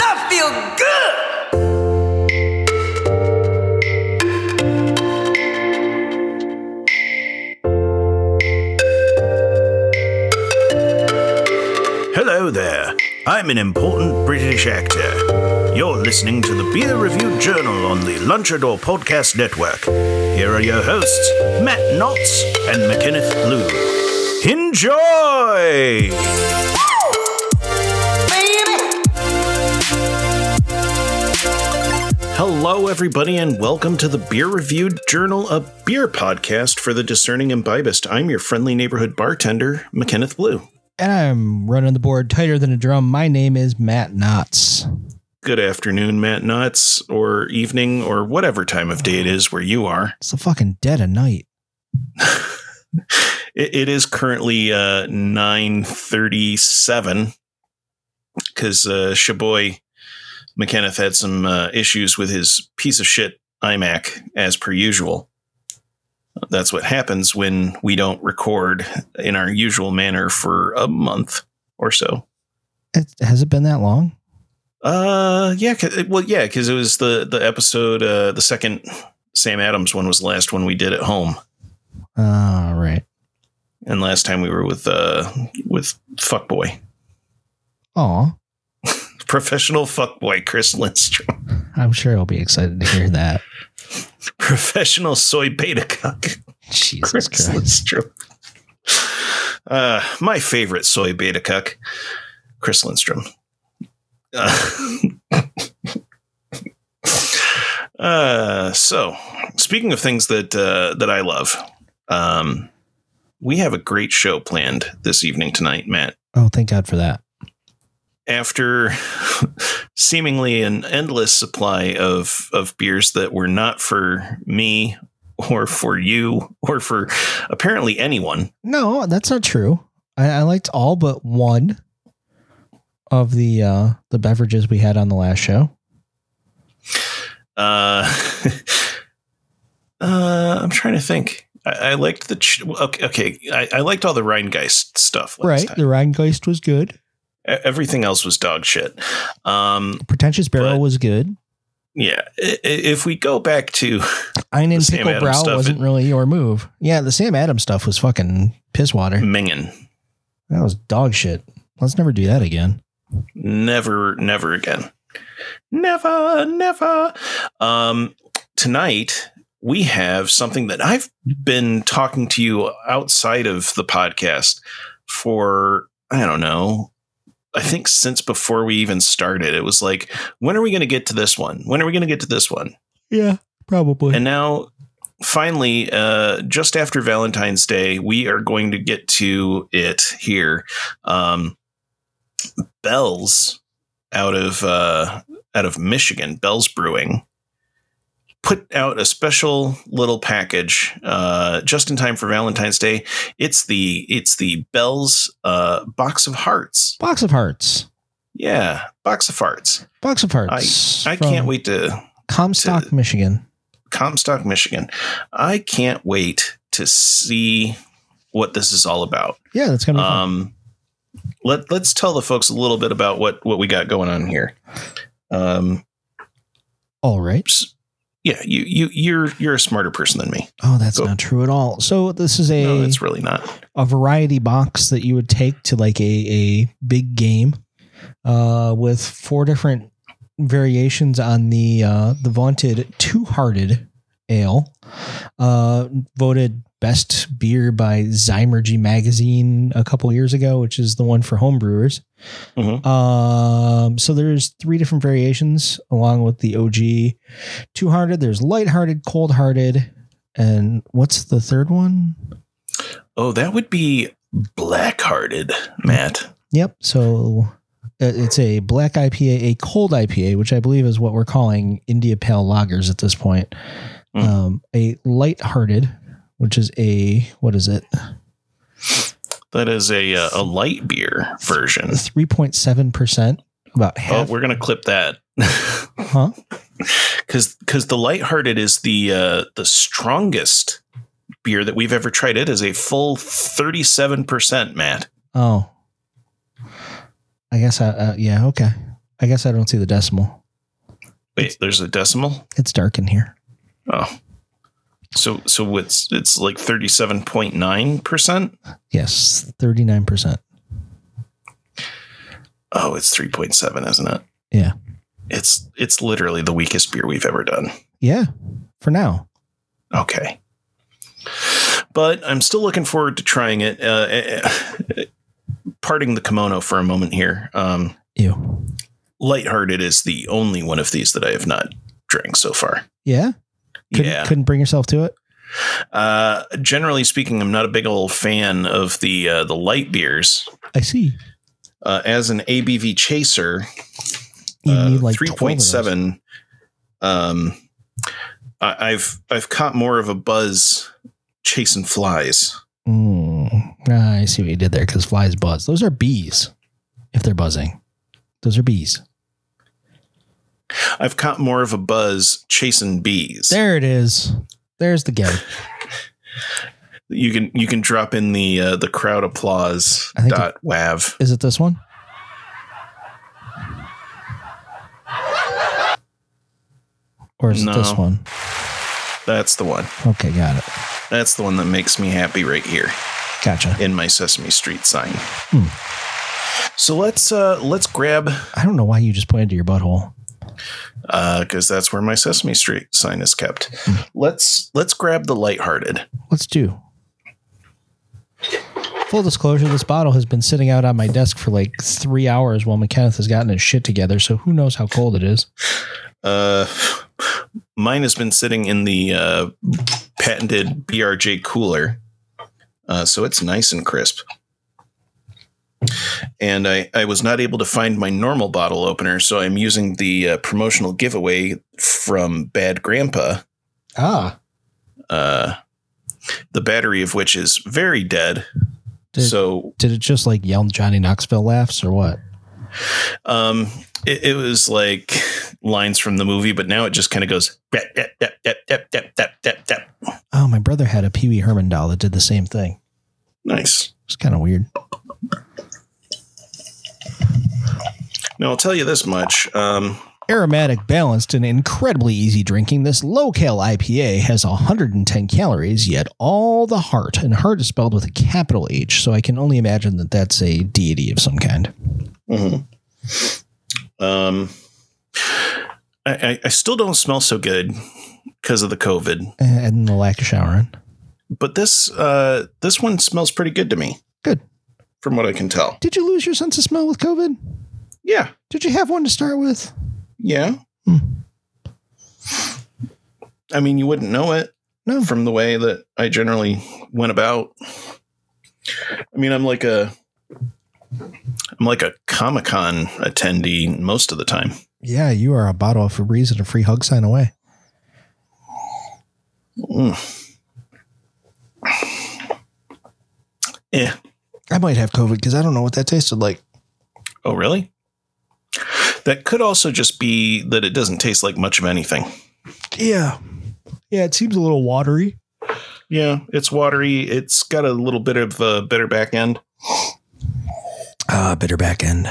I feel good. Hello there. I'm an important British actor. You're listening to the Beer Review Journal on the Lunchador Podcast Network. Here are your hosts, Matt Knotts and McKenneth Blue. Enjoy! Hello, everybody, and welcome to the Beer Review Journal, a beer podcast for the discerning imbibist. I'm your friendly neighborhood bartender, McKenneth Blue. And I'm running the board tighter than a drum. My name is Matt Knotts. good afternoon, Matt Nuts, or evening, or whatever time of day it is where you are. It's the fucking dead of night. It, it is currently uh, nine thirty-seven because uh, Shaboy McKenneth had some uh, issues with his piece of shit iMac, as per usual. That's what happens when we don't record in our usual manner for a month or so. It, has it been that long? Uh, yeah. 'cause- well, yeah, because it was the the episode, uh, the second Sam Adams one was the last one we did at home, All right. and last time we were with uh with fuckboy, Aw, professional fuckboy Chris Lindstrom, I'm sure he'll be excited to hear that. professional soy beta cuck Jesus Chris Christ. Lindstrom. Uh, my favorite soy beta cuck, Chris Lindstrom. Uh, Uh, so speaking of things that uh, that I love, um, we have a great show planned this evening tonight, Matt. Oh, thank God for that. After seemingly an endless supply of of beers that were not for me or for you or for apparently anyone, No, that's not true. I, I liked all but one of the uh, the beverages we had on the last show. uh, uh, I'm trying to think. I, I liked the ch- okay. okay I, I liked all the Rheingeist stuff. Last right. time. The Rheingeist was good. E- everything else was dog shit. Um, Pretentious Barrel But- was good. yeah, i- i- if we go back to Ein and the Sam Pickle Adams Brow stuff, wasn't it- really your move. Yeah, the Sam Adams stuff was fucking piss water. Mingen, That was dog shit. Let's never do that again. never, never again, never, never. Um, tonight we have something that I've been talking to you outside of the podcast for I don't know. I think since before we even started, it was like, when are we going to get to this one? When are we going to get to this one? Yeah, probably. And now, finally, uh, just after Valentine's Day, we are going to get to it here. Um, Bell's out of uh, out of Michigan, Bell's Brewing, put out a special little package uh, just in time for Valentine's Day. It's the it's the Bell's uh, box of hearts. Box of Hearts. Yeah, box of hearts. Box of Hearts. I from can't wait to Comstock, to- Michigan. Comstock, Michigan. I can't wait to see what this is all about. Yeah, that's gonna be fun. Um, let let's tell the folks a little bit about what what we got going on here. Um, All right. yeah, you you you're you're a smarter person than me. Oh, that's go. not true at all. So this is a No, it's really not. a variety box that you would take to like a a big game, uh, with four different variations on the uh, the vaunted Two Hearted Ale, uh, voted best beer by Zymergy magazine a couple years ago, which is the one for homebrewers. Mhm. Um, so there's three different variations along with the OG Two Hearted. There's lighthearted, cold hearted, and what's the third one? Oh, that would be black-hearted, Matt. Yep. So uh, it's a black IPA, a cold IPA, which I believe is what we're calling India Pale Lagers at this point. Mm. Um, a lighthearted, which is a what is it? That is a uh, a light beer version. Three point seven percent, about Oh, half. we're gonna clip that. huh? Because the lighthearted is the uh, the strongest beer that we've ever tried. It is a full thirty seven percent, Matt. Oh, I guess I uh, yeah okay. I guess I don't see the decimal. Wait, there's a decimal. It's dark in here. Oh, so so it's it's like thirty seven point nine percent. Yes, thirty nine percent. Oh, it's three point seven, isn't it? Yeah. It's it's literally the weakest beer we've ever done. Yeah, for now. Okay. But I'm still looking forward to trying it. Uh, eh, eh, parting the kimono for a moment here. Um, Ew. Lighthearted is the only one of these that I have not drank so far. Yeah. Couldn't, yeah. Couldn't bring yourself to it. Uh, generally speaking, I'm not a big old fan of the uh, the light beers. I see. Uh, as an ABV chaser, You uh, need like 12 of those. 3.7 um I, i've i've caught more of a buzz chasing flies Mm, Ah, I see what you did there because flies buzz. Those are bees if they're buzzing. Those are bees. i've caught more of a buzz chasing bees There it is. There's the gag. you can you can drop in the uh, the crowd applause I think dot wav Is it this one? Or is it this No. one? that's the one Okay, got it. that's the one that makes me happy right here Gotcha. in my sesame street sign Hmm. so let's uh let's grab I don't know why you just pointed to your butthole. uh because that's where my sesame street sign is kept Hmm. let's let's grab the lighthearted Let's do. Full disclosure, this bottle has been sitting out on my desk for like three hours while McKenneth has gotten his shit together, so who knows how cold it is. Uh, mine has been sitting in the uh, patented BRJ cooler, uh, so it's nice and crisp. And I, I was not able to find my normal bottle opener, so I'm using the uh, promotional giveaway from Bad Grandpa, Ah. uh, the battery of which is very dead. Did, so did it just like yell Johnny Knoxville laughs or what? um, it, it was like lines from the movie, but now it just kind of goes. "Dap, dap, dap, dap, dap, dap, dap, dap, dap." Oh, my brother had a Pee Wee Herman doll that did the same thing. Nice. It's kind of weird. Now I'll tell you this much. Um, Aromatic, balanced, and incredibly easy drinking, this low cal IPA has 110 calories, yet all the heart, and heart is spelled with a capital H, so I can only imagine that that's a deity of some kind. Mm-hmm. um, I, I, I still don't smell so good because of the COVID, and the lack of showering. but this uh, this one smells pretty good to me. Good. from what I can tell. Did you lose your sense of smell with COVID? Yeah, Did you have one to start with? yeah. Hmm. I mean, you wouldn't know it No. from the way that I generally went about. I mean, I'm like a I'm like a Comic Con attendee most of the time. Yeah, you are a bottle of Febreze and a free hug sign away. Mm. Eh. I might have COVID because I don't know what that tasted like. Oh, really? That could also just be that it doesn't taste like much of anything. Yeah. Yeah, it seems a little watery. Yeah, it's watery. It's got a little bit of a bitter back end. Ah, bitter back end.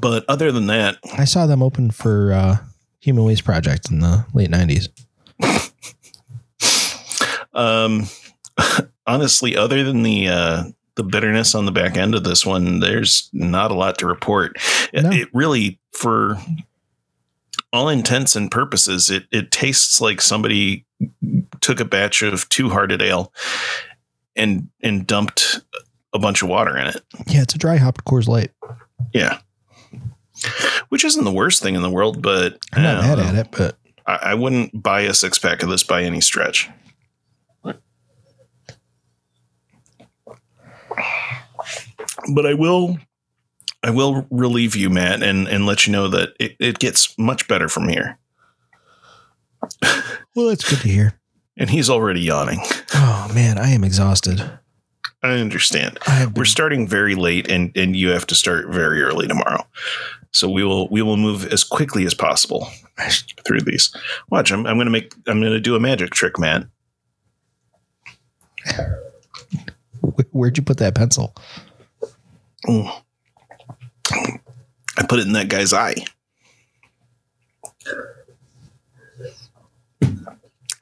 But other than that, I saw them open for uh, Human Waste Project in the late 90s. um, honestly, other than the uh, the bitterness on the back end of this one, there's not a lot to report. It, No. it really, for all intents and purposes, it it tastes like somebody took a batch of two hearted ale and and dumped a bunch of water in it. Yeah, it's a dry hopped Coors Light. Yeah. Which isn't the worst thing in the world, but I'm not I don't mad at know. it, but I, I wouldn't buy a six pack of this by any stretch. But I will I will relieve you, Matt, and and let you know that it, it gets much better from here. Well, that's good to hear. And he's already yawning. Oh man, I am exhausted. I understand. I have been- We're starting very late, and and you have to start very early tomorrow. So we will we will move as quickly as possible through these. Watch, I'm I'm gonna make I'm gonna do a magic trick, Matt. Wh- where'd you put that pencil? Mm. I put it in that guy's eye.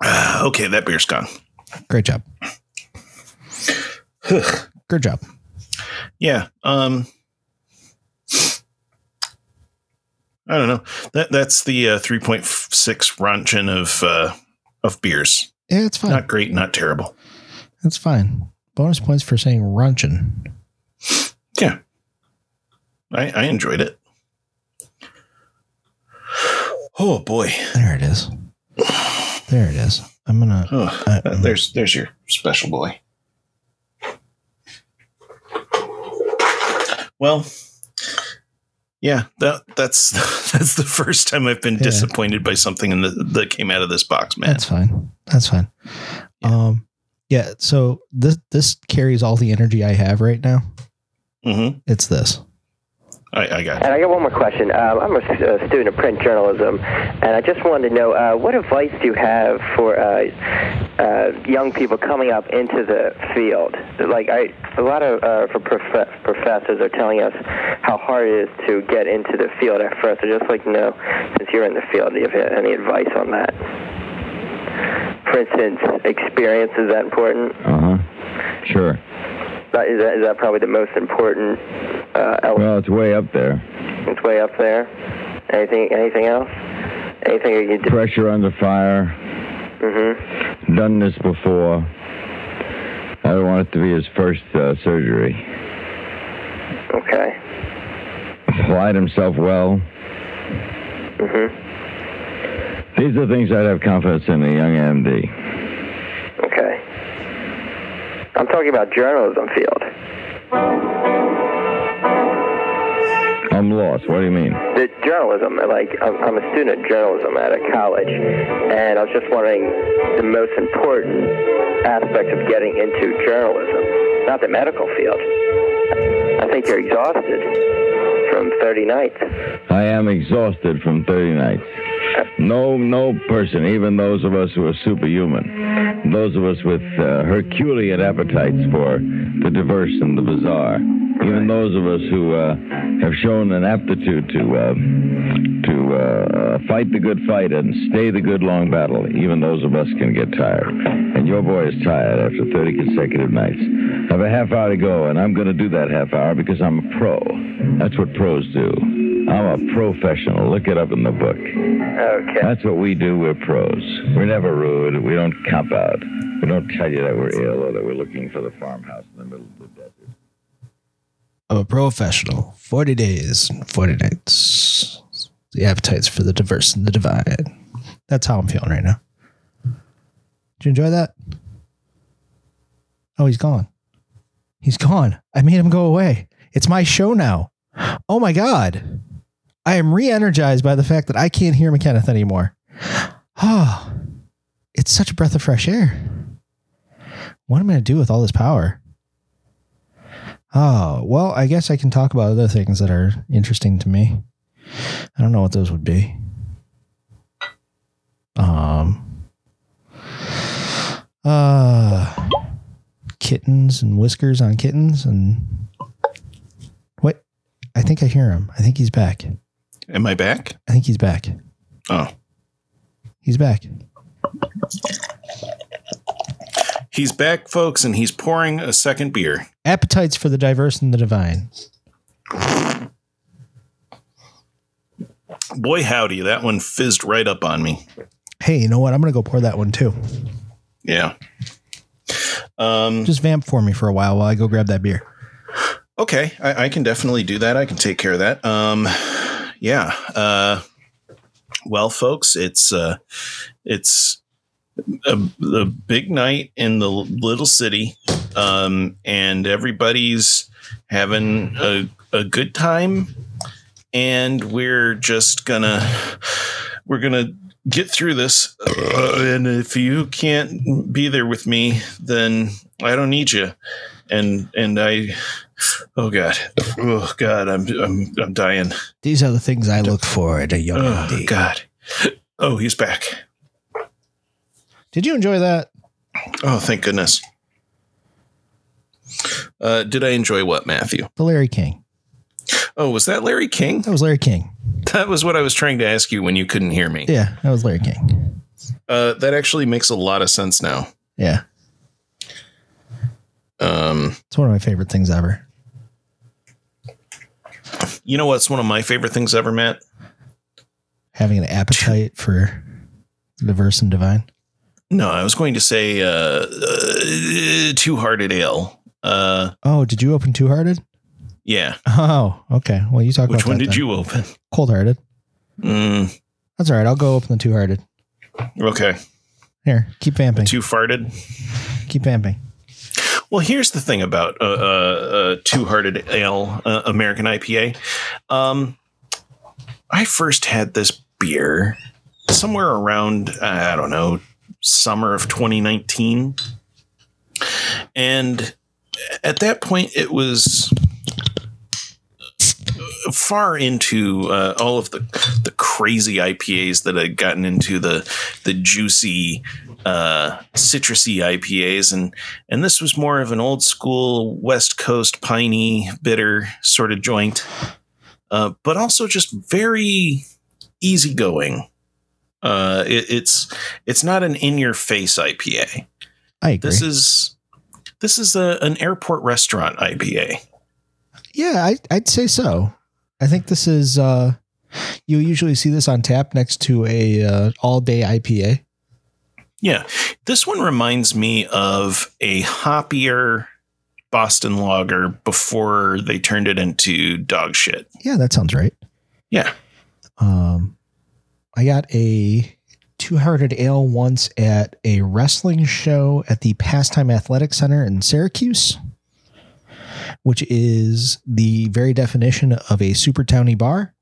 Ah, okay, that beer's gone. Great job. Good job. Yeah. Um I don't know. That that's the uh, 3.6 rontgen of uh of beers. Yeah, it's fine. Not great, not terrible. That's fine. Bonus points for saying runchin. Yeah. I I enjoyed it. Oh boy. There it is. There it is. I'm gonna. Oh, Uh, uh, there's there's your special boy. Well, yeah, that that's that's the first time I've been Yeah. disappointed by something in the, that came out of this box, man. That's fine. That's fine. Yeah. Um, yeah. So this this carries all the energy I have right now. Mm-hmm. It's this. I, I got it. And I got one more question. Um, I'm a s- a student of print journalism, and I just wanted to know uh, what advice do you have for uh, uh, young people coming up into the field? Like, I, a lot of uh, for prof- professors are telling us how hard it is to get into the field at first. I just like to know, since you're in the field, do you have any advice on that? For instance, experience is that important? Uh huh. Sure. That- Is that, is that probably the most important uh, element? Well, it's way up there. It's way up there. Anything? Anything else? Anything you can do? Pressure under fire. Mm-hmm. Done this before. I don't want it to be his first uh, surgery. Okay. Applied himself well. Mm-hmm. These are things I'd have confidence in a young MD. Okay. I'm talking about journalism field. I'm lost. What do you mean? The journalism, like I'm, I'm a student of journalism at a college, and I was just wondering the most important aspect of getting into journalism, not the medical field. I think you're exhausted from 30 nights. I am exhausted from 30 nights. No, no person, even those of us who are superhuman, those of us with uh, Herculean appetites for the diverse and the bizarre, even those of us who uh, have shown an aptitude to uh, to uh, fight the good fight and stay the good long battle, even those of us can get tired. And your boy is tired after 30 consecutive nights. I have a half hour to go, and I'm going to do that half hour because I'm a pro. That's what pros do. I'm a professional. Look it up in the book. Okay. That's what we do. We're pros. We're never rude. We don't cop out. We don't tell you that we're ill or that we're looking for the farmhouse in the middle of the desert. I'm a professional. Forty days, and forty nights. The appetites for the diverse and the divide. That's how I'm feeling right now. Did you enjoy that? Oh, he's gone. He's gone. I made him go away. It's my show now. Oh my god. I am re-energized by the fact that I can't hear McKenneth anymore. Ah, it's such a breath of fresh air. What am I gonna do with all this power? Oh, well, I guess I can talk about other things that are interesting to me. I don't know what those would be. Um uh kittens and whiskers on kittens and what I think I hear him. I think he's back. Am I back? I think he's back. Oh, He's back. he's back, folks, and he's pouring a second beer. Appetites for the diverse and the divine. Boy, howdy, that one fizzed right up on me. Hey, you know what? I'm gonna go pour that one too. Yeah. Um. Just vamp for me for a while while I go grab that beer. Okay, I, I can definitely do that. I can take care of that. Um, yeah. Uh, well, folks, it's uh, it's a, the big night in the little city, um, and everybody's having a, a good time, and we're just gonna we're gonna get through this. Uh, and if you can't be there with me, then I don't need you. And and I, oh god, oh god, I'm I'm I'm dying. These are the things I look for at a young Oh MD. god. Oh, he's back. Did you enjoy that? Oh, thank goodness. Uh, did I enjoy what, Matthew? The Larry King. Oh, was that Larry King? That was Larry King. That was what I was trying to ask you when you couldn't hear me. Yeah, that was Larry King. Uh, that actually makes a lot of sense now. Yeah, Um, it's one of my favorite things ever. you know what's one of my favorite things ever, Matt? Having an appetite for the verse and divine. No, I was going to say uh, uh, Two Hearted Ale. Uh, Oh, did you open Two Hearted? yeah. Oh, okay. Well, you talk Which about one that did then. you open? Cold Hearted. Mm, That's all right. I'll go open the Two Hearted. okay. Here, keep vamping. Two Farted. keep vamping. Well, here's the thing about uh, uh, uh, Two Hearted Ale uh, American IPA. Um, I first had this beer somewhere around uh, I don't know summer of 2019, and at that point it was far into uh, all of the the crazy IPAs that I'd gotten into the the juicy uh, citrusy IPAs and and this was more of an old school West Coast piney bitter sort of joint, uh, but also just very easygoing. Uh, it, it's it's not an in your face IPA. I agree. This is this is a, an airport restaurant IPA. yeah, I, I'd say so. I think this is. uh You usually see this on tap next to a uh, all day IPA. Yeah, this one reminds me of a hoppier Boston lager before they turned it into dog shit. Yeah, that sounds right. Yeah. Um, I got a two hearted ale once at a wrestling show at the Pastime Athletic Center in Syracuse, which is the very definition of a super towny bar.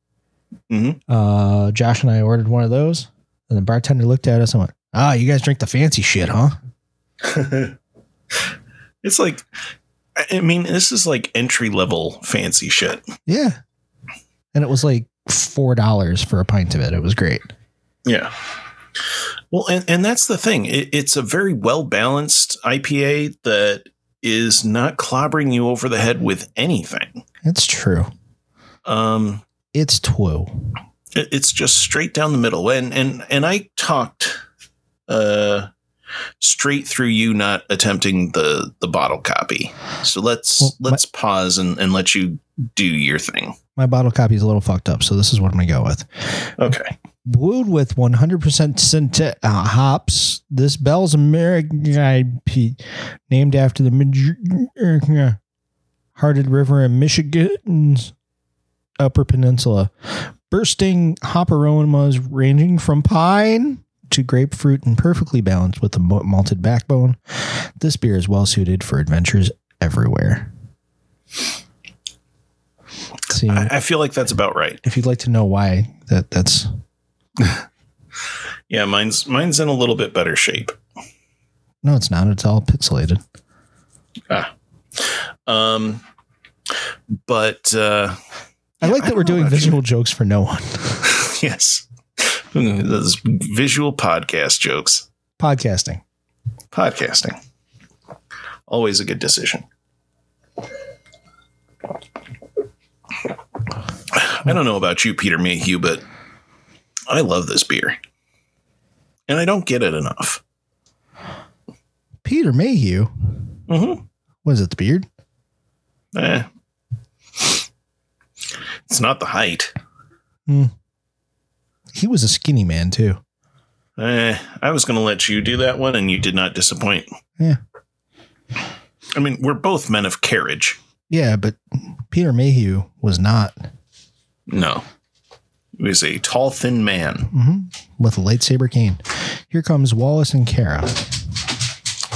Mhm. Uh, Josh and I ordered one of those, and the bartender looked at us and went, Ah, you guys drink the fancy shit, huh? It's like, I- I mean, this is like entry level fancy shit. Yeah. And it was like $4 for a pint of it. It was great. Yeah. Well, and, and that's the thing. It, it's a very well balanced IPA that is not clobbering you over the head with anything. It's true. Um, It's true. it- it's just straight down the middle and and and i talked uh straight through you not attempting the the bottle copy so let's Well, my- let's pause and and let you do your thing My bottle copy is a little fucked up, so this is what I'm going to go with. okay brewed with 100% synte- uh, hops. This Bell's American IP, named after the Mid- Hearted River in Michigan's Upper Peninsula. Bursting hop aromas ranging from pine to grapefruit and perfectly balanced with a mo- malted backbone. This beer is well suited for adventures everywhere. See, I, I feel like that's about right if you'd like to know why that that's yeah mine's mine's in a little bit better shape No, it's not. It's all pixelated. um but uh I like I that we're don't know doing about you. visual jokes for no one. yes those visual podcast jokes Podcasting. podcasting always a good decision i don't know about you peter mayhew but i love this beer and i don't get it enough Peter Mayhew. Mhm. Was it the beard? Eh. it's not the height He was a skinny man too. eh, i was going to let you do that one and you did not disappoint Yeah. i mean we're both men of carriage Yeah, but Peter Mayhew was not no he was a tall thin man with a lightsaber cane. Here comes Wallace and Kara.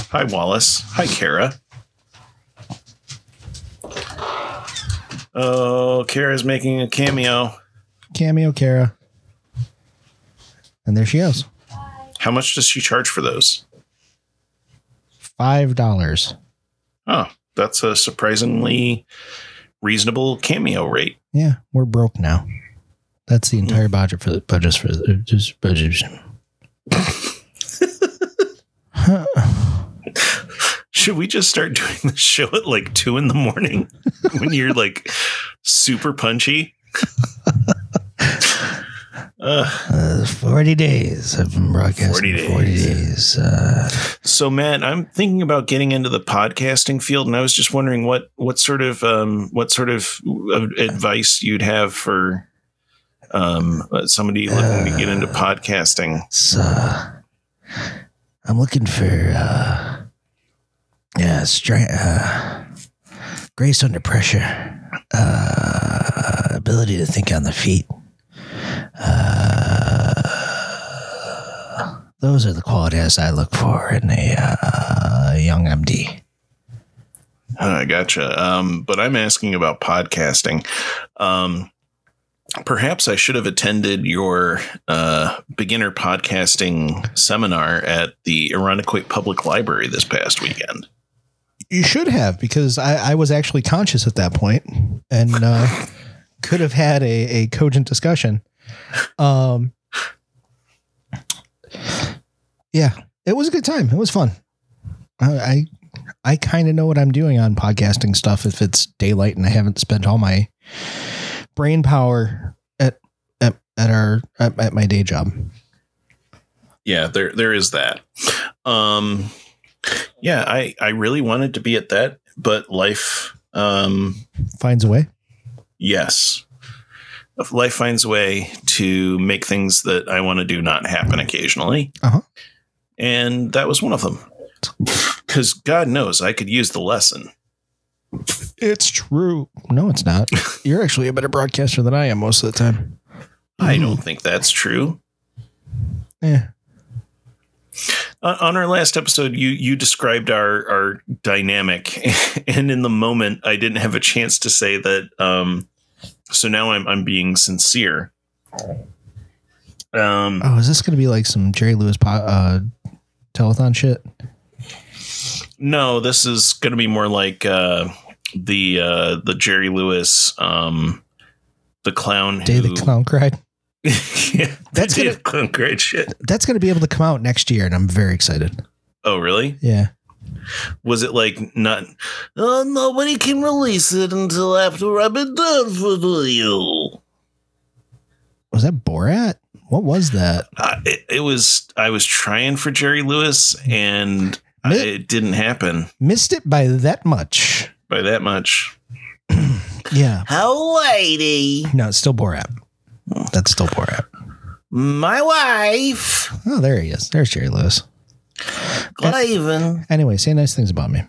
Hi, Wallace. Hi, Kara. Oh, Kara's making a cameo. Cameo Kara. And there she goes. How much does she charge for those? Five dollars. Oh, that's a surprisingly reasonable cameo rate. Yeah, we're broke now. That's the Mm. entire budget for the budget for the just budget. Should we just start doing the show at like two in the morning when you're like super punchy? Uh, Forty days I've been broadcasting. 40 days. days. Uh, So, Matt, I'm thinking about getting into the podcasting field, and I was just wondering what what sort of um, what sort of uh, advice you'd have for um, uh, somebody looking to get into podcasting. it's, uh, I'm looking for uh, yeah, stra- uh, grace under pressure, uh, ability to think on the feet. Uh, those are the qualities I look for in a uh, young MD. I Ah, gotcha. Um, but I'm asking about podcasting. Um, perhaps I should have attended your uh, beginner podcasting seminar at the Irondequoit Public Library this past weekend. You should have, because I, I was actually conscious at that point and uh, could have had a, a cogent discussion. Um, yeah, it was a good time. It was fun. Uh, I I, I kind of know what I'm doing on podcasting stuff if it's daylight and I haven't spent all my brain power at at, at our at, at my day job. Yeah, there there is that. Um, yeah, I I really wanted to be at that, but life um, Finds a way. Yes. If life finds a way to make things that I want to do not happen occasionally. Uh-huh. And that was one of them. Because God knows I could use the lesson. It's true. No, it's not. You're actually a better broadcaster than I am most of the time. I don't think that's true. Yeah. On on our last episode, you you described our our dynamic, and in the moment, I didn't have a chance to say that. Um, so now I'm I'm being sincere. Um, Oh, is this going to be like some Jerry Lewis po- uh, telethon shit? No, this is going to be more like uh, the uh, the Jerry Lewis, um, the clown. Day the who- Clown cried. yeah, That's that's gonna- the clown. Great shit. That's going to be able to come out next year, and I'm very excited. Oh, really? Yeah. Was it like not? Oh, nobody can release it until after I've been done for the you. Was that Borat? What was that? Uh, it, it was. I was trying for Jerry Lewis, and I, Mi- it didn't happen Missed it by that much. by that much. Yeah. Oh, lady, No, it's still Borat. That's still Borat. my wife, Oh, there he is. There's Jerry Lewis. Glaven. Anyway, say nice things about me.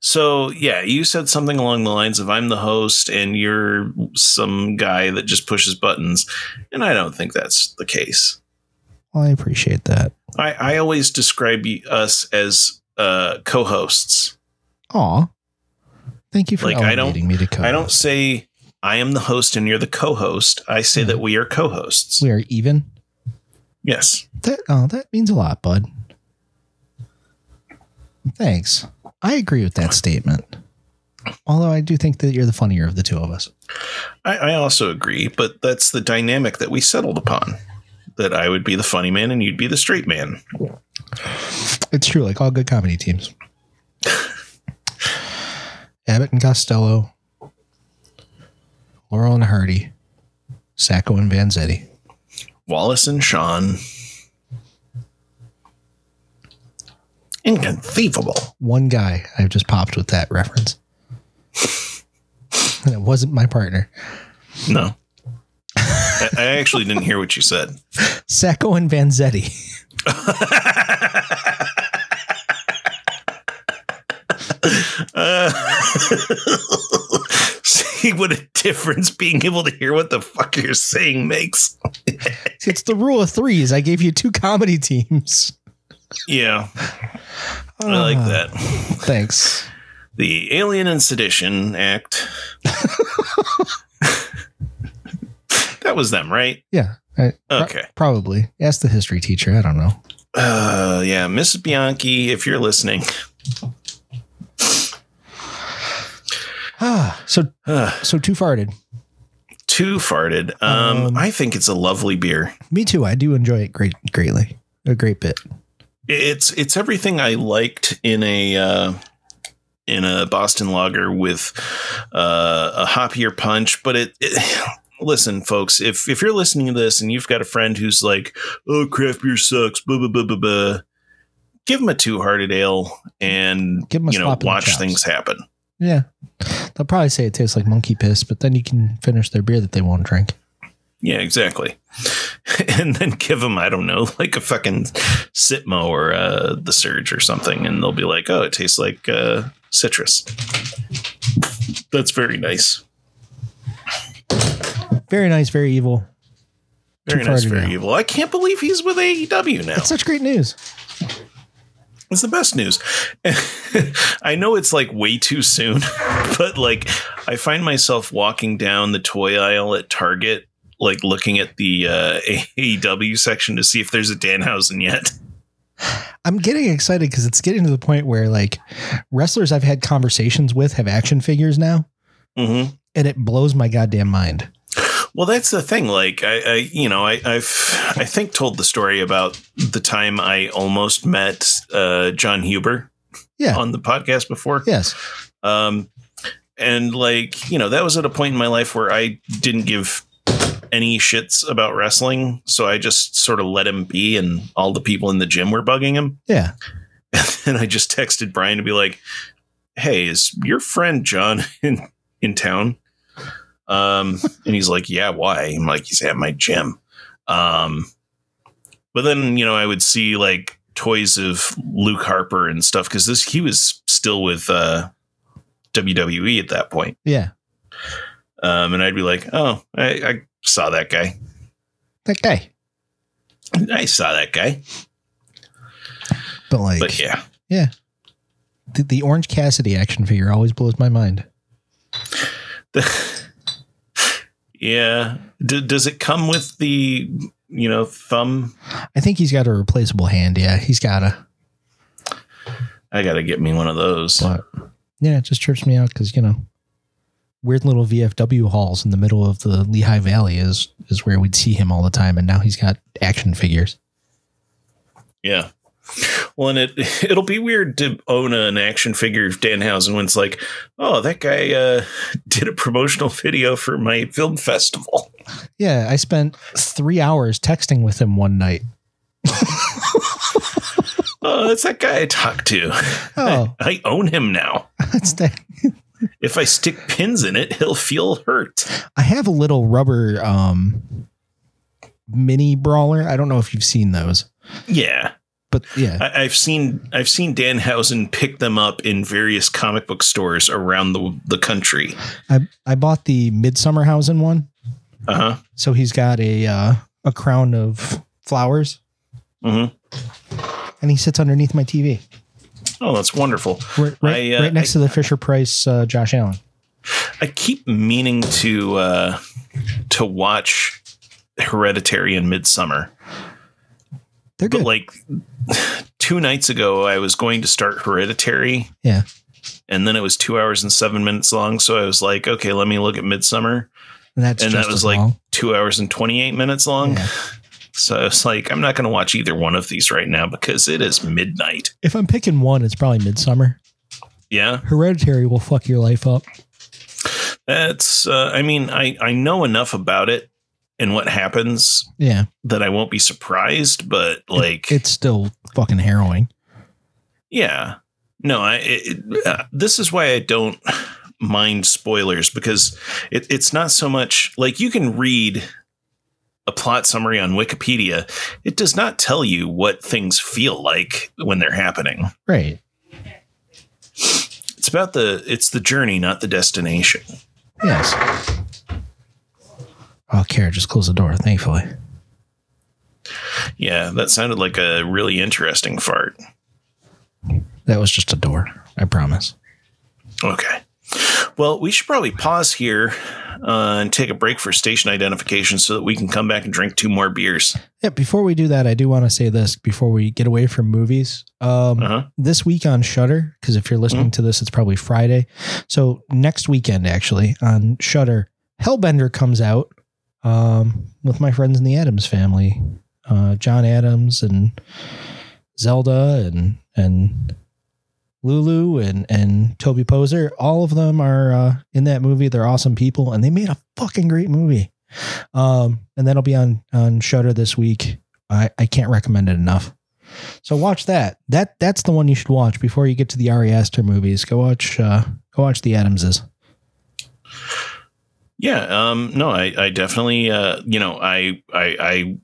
So yeah, you said something along the lines of "I'm the host and you're some guy that just pushes buttons," and I don't think that's the case. Well, I appreciate that. I, I always describe y- us as uh, co-hosts. Aw. Thank you for Like, I don't- elevating me to co I don't say I am the host and you're the co-host. I say that we are co-hosts. Hmm. We are even. Yes. That oh, that means a lot, bud. Thanks. I agree with that statement. Although I do think that you're the funnier of the two of us. I, I also agree, but that's the dynamic that we settled upon. That I would be the funny man and you'd be the straight man. It's true, like all good comedy teams. Abbott and Costello, Laurel and Hardy, Sacco and Vanzetti. Wallace and Shawn. Inconceivable. One guy I've just popped with that reference. and it wasn't my partner. No. I I actually didn't hear what you said. Sacco and Vanzetti. See what a difference being able to hear what the fuck you're saying makes. It's the rule of threes. I gave you two comedy teams. Yeah. I like Ah. that. Thanks. The Alien and Sedition Act That was them, right? Yeah. I- pro- Okay. probably. Ask the history teacher. I don't know. Uh, yeah, Mrs. Bianchi, if you're listening, Ah, so so too farted. uh, too farted. Um, Um, I think it's a lovely beer. Me too. I do enjoy it great greatly. A great bit. It's it's everything I liked in a uh, in a Boston lager with uh, a hoppier punch. But it, it listen, folks, if if you're listening to this and you've got a friend who's like, "Oh, craft beer sucks," blah blah blah blah blah, give them a two-hearted ale and Give 'em a you know slap in the watch chops. things happen. Yeah. They'll probably say it tastes like monkey piss, but then you can finish their beer that they won't drink. Yeah, exactly. and then give them, I don't know, like a fucking Sitmo or uh, the Surge or something, and they'll be like, "Oh, it tastes like uh, citrus." That's very nice. Very nice, very evil. Very Too nice, far to very go. evil. I can't believe he's with AEW now. That's such great news. It's the best news. I know it's like way too soon, but like I find myself walking down the toy aisle at Target, like looking at the uh, AEW section to see if there's a Danhausen yet. I'm getting excited because it's getting to the point where like wrestlers I've had conversations with have action figures now, Mm-hmm. and it blows my goddamn mind. Well, that's the thing. Like I, I you know, I, I've I think told the story about the time I almost met uh, John Huber. Yeah. on the podcast before. Yes. Um, and like you know, that was at a point in my life where I didn't give any shits about wrestling, so I just sort of let him be, and all the people in the gym were bugging him. Yeah. And I just texted Brian to be like, "Hey, is your friend John in in town?" Um, and he's like, "Yeah, why?" I'm like, "He's at my gym." Um, but then you know, I would see like toys of Luke Harper and stuff because this he was still with uh, WWE E at that point, Yeah. um, and I'd be like, "Oh, I, I saw that guy. That guy. I saw that guy." But like But yeah, the, the Orange Cassidy action figure always blows my mind. yeah. D- does it come with the you know thumb? I think he's got a replaceable hand. Yeah, he's got a. I gotta get me one of those. But yeah, it just trips me out because you know, weird little VFW halls in the middle of the Lehigh Valley is is where we'd see him all the time, and now he's got action figures. Yeah. Well, and it it'll be weird to own an action figure of Danhausen when it's like, oh, that guy uh, did a promotional video for my film festival. Yeah, I spent three hours texting with him one night. Oh, that's that guy I talked to. Oh, I own him now. that's that. If I stick pins in it, he'll feel hurt. I have a little rubber um mini brawler. I don't know if you've seen those, Yeah, but yeah, I, I've seen I've seen Danhausen pick them up in various comic book stores around the the country. I I bought the Midsummerhausen one. Uh huh. So he's got a uh, a crown of flowers, Mhm. and he sits underneath my TV. Oh, that's wonderful. right, right, I, uh, right next to the Fisher Price uh, Josh Allen. I keep meaning to uh, to watch Hereditary and Midsummer, They're but good. like two nights ago, I was going to start Hereditary, yeah, and then it was two hours and seven minutes long. So I was like, okay, let me look at Midsummer, and that's and just that was as like long. two hours and twenty eight minutes long. Yeah. So I was like, I'm not going to watch either one of these right now because it is midnight. if I'm picking one, it's probably Midsummer. Yeah, Hereditary will fuck your life up. that's. Uh, I mean, I I know enough about it and what happens Yeah, that I won't be surprised, but like it's still fucking harrowing. Yeah. No, I. It, it- uh, this is why I don't mind spoilers because it, it's not so much like you can read a plot summary on Wikipedia. It does not tell you what things feel like when they're happening. Right. It's about the it's the journey, not the destination. Yes. Oh, Kara just closed the door. Thankfully. Yeah, that sounded like a really interesting fart. That was just a door. I promise. Okay. Well, we should probably pause here uh, and take a break for station identification so that we can come back and drink two more beers. Yeah, before we do that, I do want to say this before we get away from movies. Um, Uh-huh. This week on Shutter, because if you're listening to this, it's probably Friday. So next weekend, actually, on Shutter, Hellbender comes out um, with my friends in the Adams family, uh, John Adams and Zelda and and Lulu and and Toby Poser. All of them are uh, in that movie. They're awesome people, and they made a fucking great movie. Um, and that'll be on on Shutter this week. I, I can't recommend it enough. So watch that. That that's the one you should watch before you get to the E Ari Aster movies. Go watch uh, go watch the Adamses. Yeah, um, no, I, I definitely, uh, you know, I, I, I,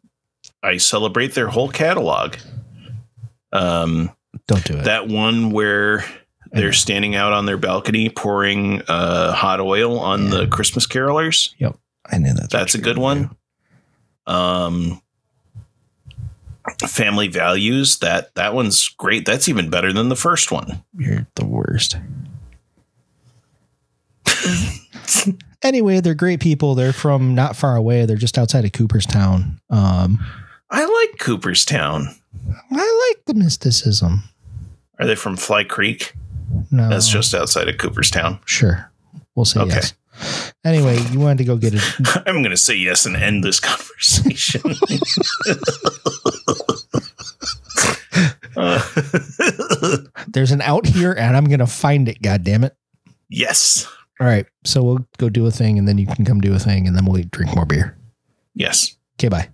I celebrate their whole catalog. Um, Don't do it. that one where Yeah. they're standing out on their balcony pouring uh, hot oil on the Christmas carolers. I knew that. That's a good one. Um, family values that that one's great. That's even better than the first one. You're the worst. anyway, they're great people. They're from not far away. They're just outside of Cooperstown. Um, I like Cooperstown. I like the mysticism. Are they from Fly Creek? No, That's just outside of Cooperstown. sure. We'll say Okay. yes. Anyway, you wanted to go get a I'm going to say yes and end this conversation. Uh, There's an out here, and I'm gonna find it. God damn it! yes. All right, so we'll go do a thing, and then you can come do a thing, and then we'll drink more beer. Yes. Okay, bye.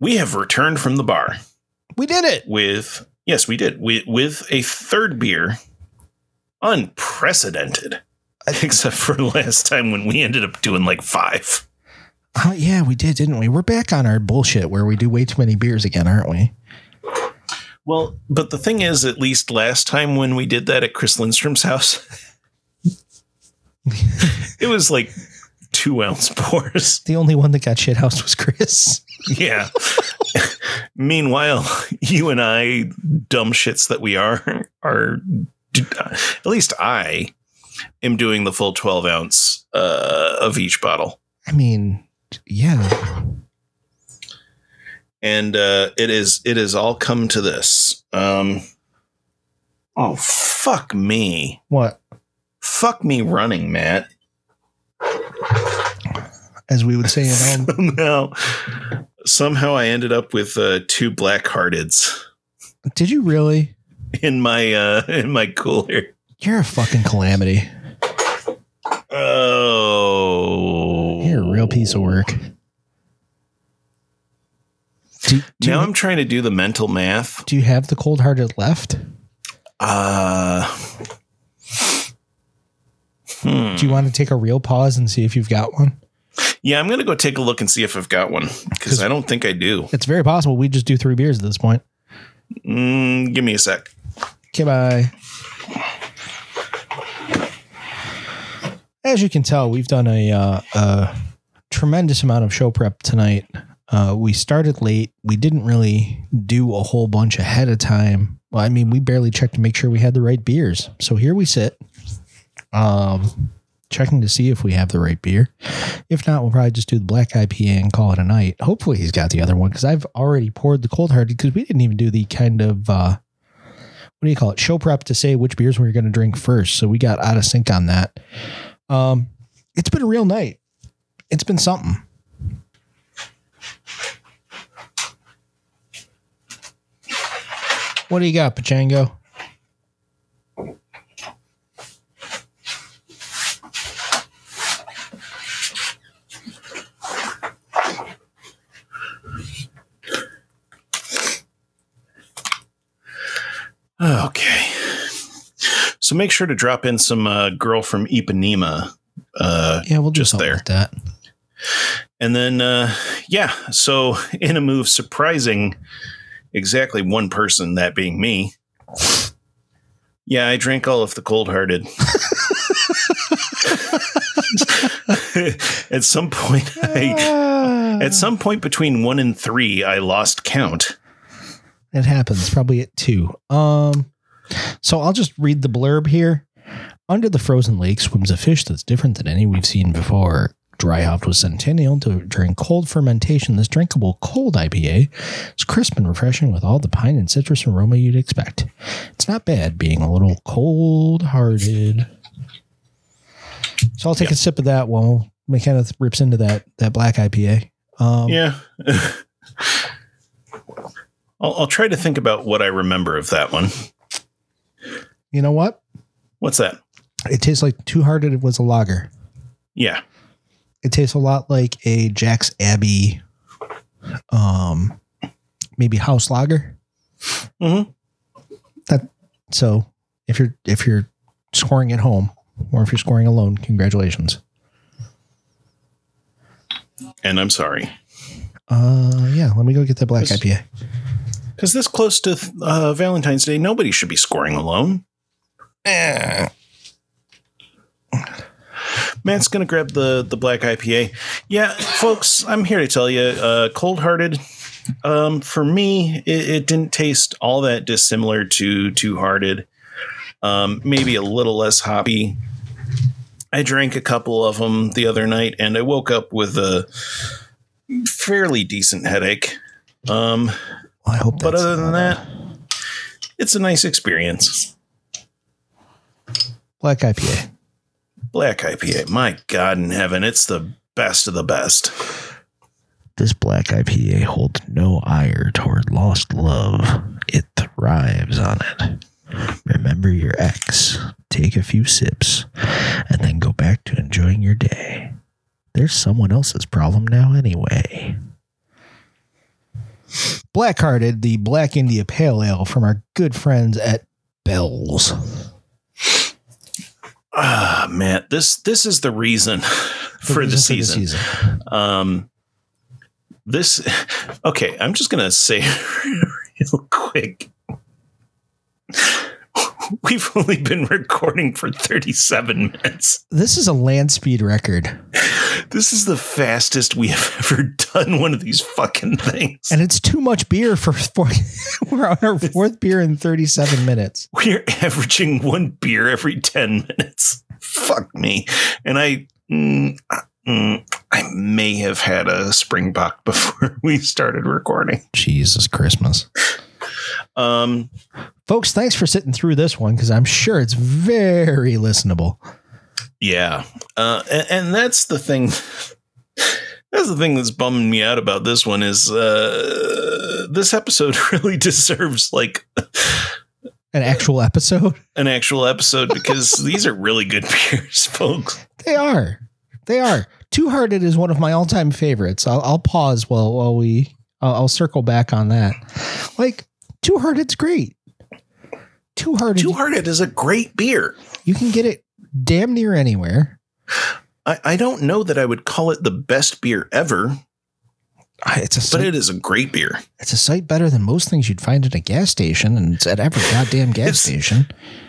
We have returned from the bar We did it. with, yes, we did, with, with a third beer. Unprecedented. Except for last time when we ended up doing like five. Oh yeah, we did, didn't we? We're back on our bullshit where we do way too many beers again, aren't we? Well, but the thing is, at least last time when we did that at Chris Lindstrom's house, it was like two ounce pours. The only one that got shit housed was Chris. Yeah. Meanwhile, you and I, dumb shits that we are, are at least I am doing the full 12 ounce uh, of each bottle. I mean, yeah, And uh, it is it is all come to this. Um, oh fuck me, what? fuck me running, Matt. As we would say at home, Somehow, somehow I ended up with uh, two black hearteds did you really? in my uh, in my cooler. You're a fucking calamity. Oh, You're a real piece of work. Do, do, Now you, I'm trying to do the mental math. do you have the cold hearted left? Uh, hmm. Do you want to take a real pause and see if you've got one? Yeah, I'm gonna go take a look and see if I've got one because I don't think I do. It's very possible we just do three beers at this point. Mm, give me a sec. Okay, bye. As you can tell, we've done a, uh, a tremendous amount of show prep tonight. Uh, we started late. We didn't really do a whole bunch ahead of time. Well, I mean, we barely checked to make sure we had the right beers. So here we sit, um, checking to see if we have the right beer. If not, we'll probably just do the black IPA and call it a night. Hopefully, he's got the other one because I've already poured the cold hearted because we didn't even do the kind of. Uh, what do you call it show prep to say which beers we were going to drink first so we got out of sync on that um it's been a real night it's been something what do you got pachango Okay. So make sure to drop in some uh, girl from Ipanema. Uh, yeah we'll do Just something there. like that And then, uh, yeah, so in a move surprising exactly one person, that being me. Yeah, I drank all of the cold hearted. at some point, Uh. I, at some point between one and three, I lost count. It happens probably at two. Um, so I'll just read the blurb here. Under the frozen lake swims a fish that's different than any we've seen before. Dry hopped with Centennial to, during cold fermentation, this drinkable cold IPA is crisp and refreshing with all the pine and citrus aroma you'd expect. It's not bad being a little cold hearted. So I'll take a sip of that while McKenna rips into that that black IPA. Um, Yeah. I'll, I'll try to think about what I remember of that one. You know what? What's that? It tastes like Two Hearted was a lager. Yeah. It tastes a lot like a Jack's Abbey, um, maybe house lager. Mhm. That so if you're if you're scoring at home or if you're scoring alone, congratulations. And I'm sorry. Uh, yeah. Let me go get the black Yes. IPA. Because this close to uh, Valentine's Day, nobody should be scoring alone. Matt's gonna grab the the black IPA. Yeah, folks, I'm here to tell you, uh, cold hearted. Um, for me, it, it didn't taste all that dissimilar to Two Hearted. Um, maybe a little less hoppy. I drank a couple of them the other night, and I woke up with a fairly decent headache. Um, Well, I hope. but that's other than not a- that, it's a nice experience. black IPA. Black IPA, my God in heaven, it's the best of the best. This black IPA holds no ire toward lost love. It thrives on it. Remember your ex, take a few sips, and then go back to enjoying your day. There's someone else's problem now, anyway. Blackhearted, the Black India Pale Ale from our good friends at Bell's. Ah, Matt, this this is the reason for, the, season. Um, this, okay, I'm just gonna say real quick. We've only been recording for 37 minutes. This is a land speed record, This is the fastest we have ever done one of these fucking things. and it's too much beer for. for we're on our fourth beer in 37 minutes. we're averaging one beer every 10 minutes. Fuck me. And I, mm, uh, mm, I may have had a Springbok before we started recording. Jesus Christmas. Um, Folks, thanks for sitting through this one because I'm sure it's very listenable. yeah. Uh, and, and that's the thing. That's the thing that's bumming me out about this one is uh, this episode really deserves like An actual episode? an actual episode because these are really good beers, folks. They are. They are. Two Hearted is one of my all time favorites. I'll, I'll pause while, while we, I'll, I'll circle back on that. Like, Two Hearted's great. Two Hearted, Two Hearted is a great beer. you can get it damn near anywhere. I, I don't know that I would call it the best beer ever, Ah, It's a but sight, it is a great beer. it's a sight better than most things you'd find at a gas station, and it's at every goddamn gas It's- station.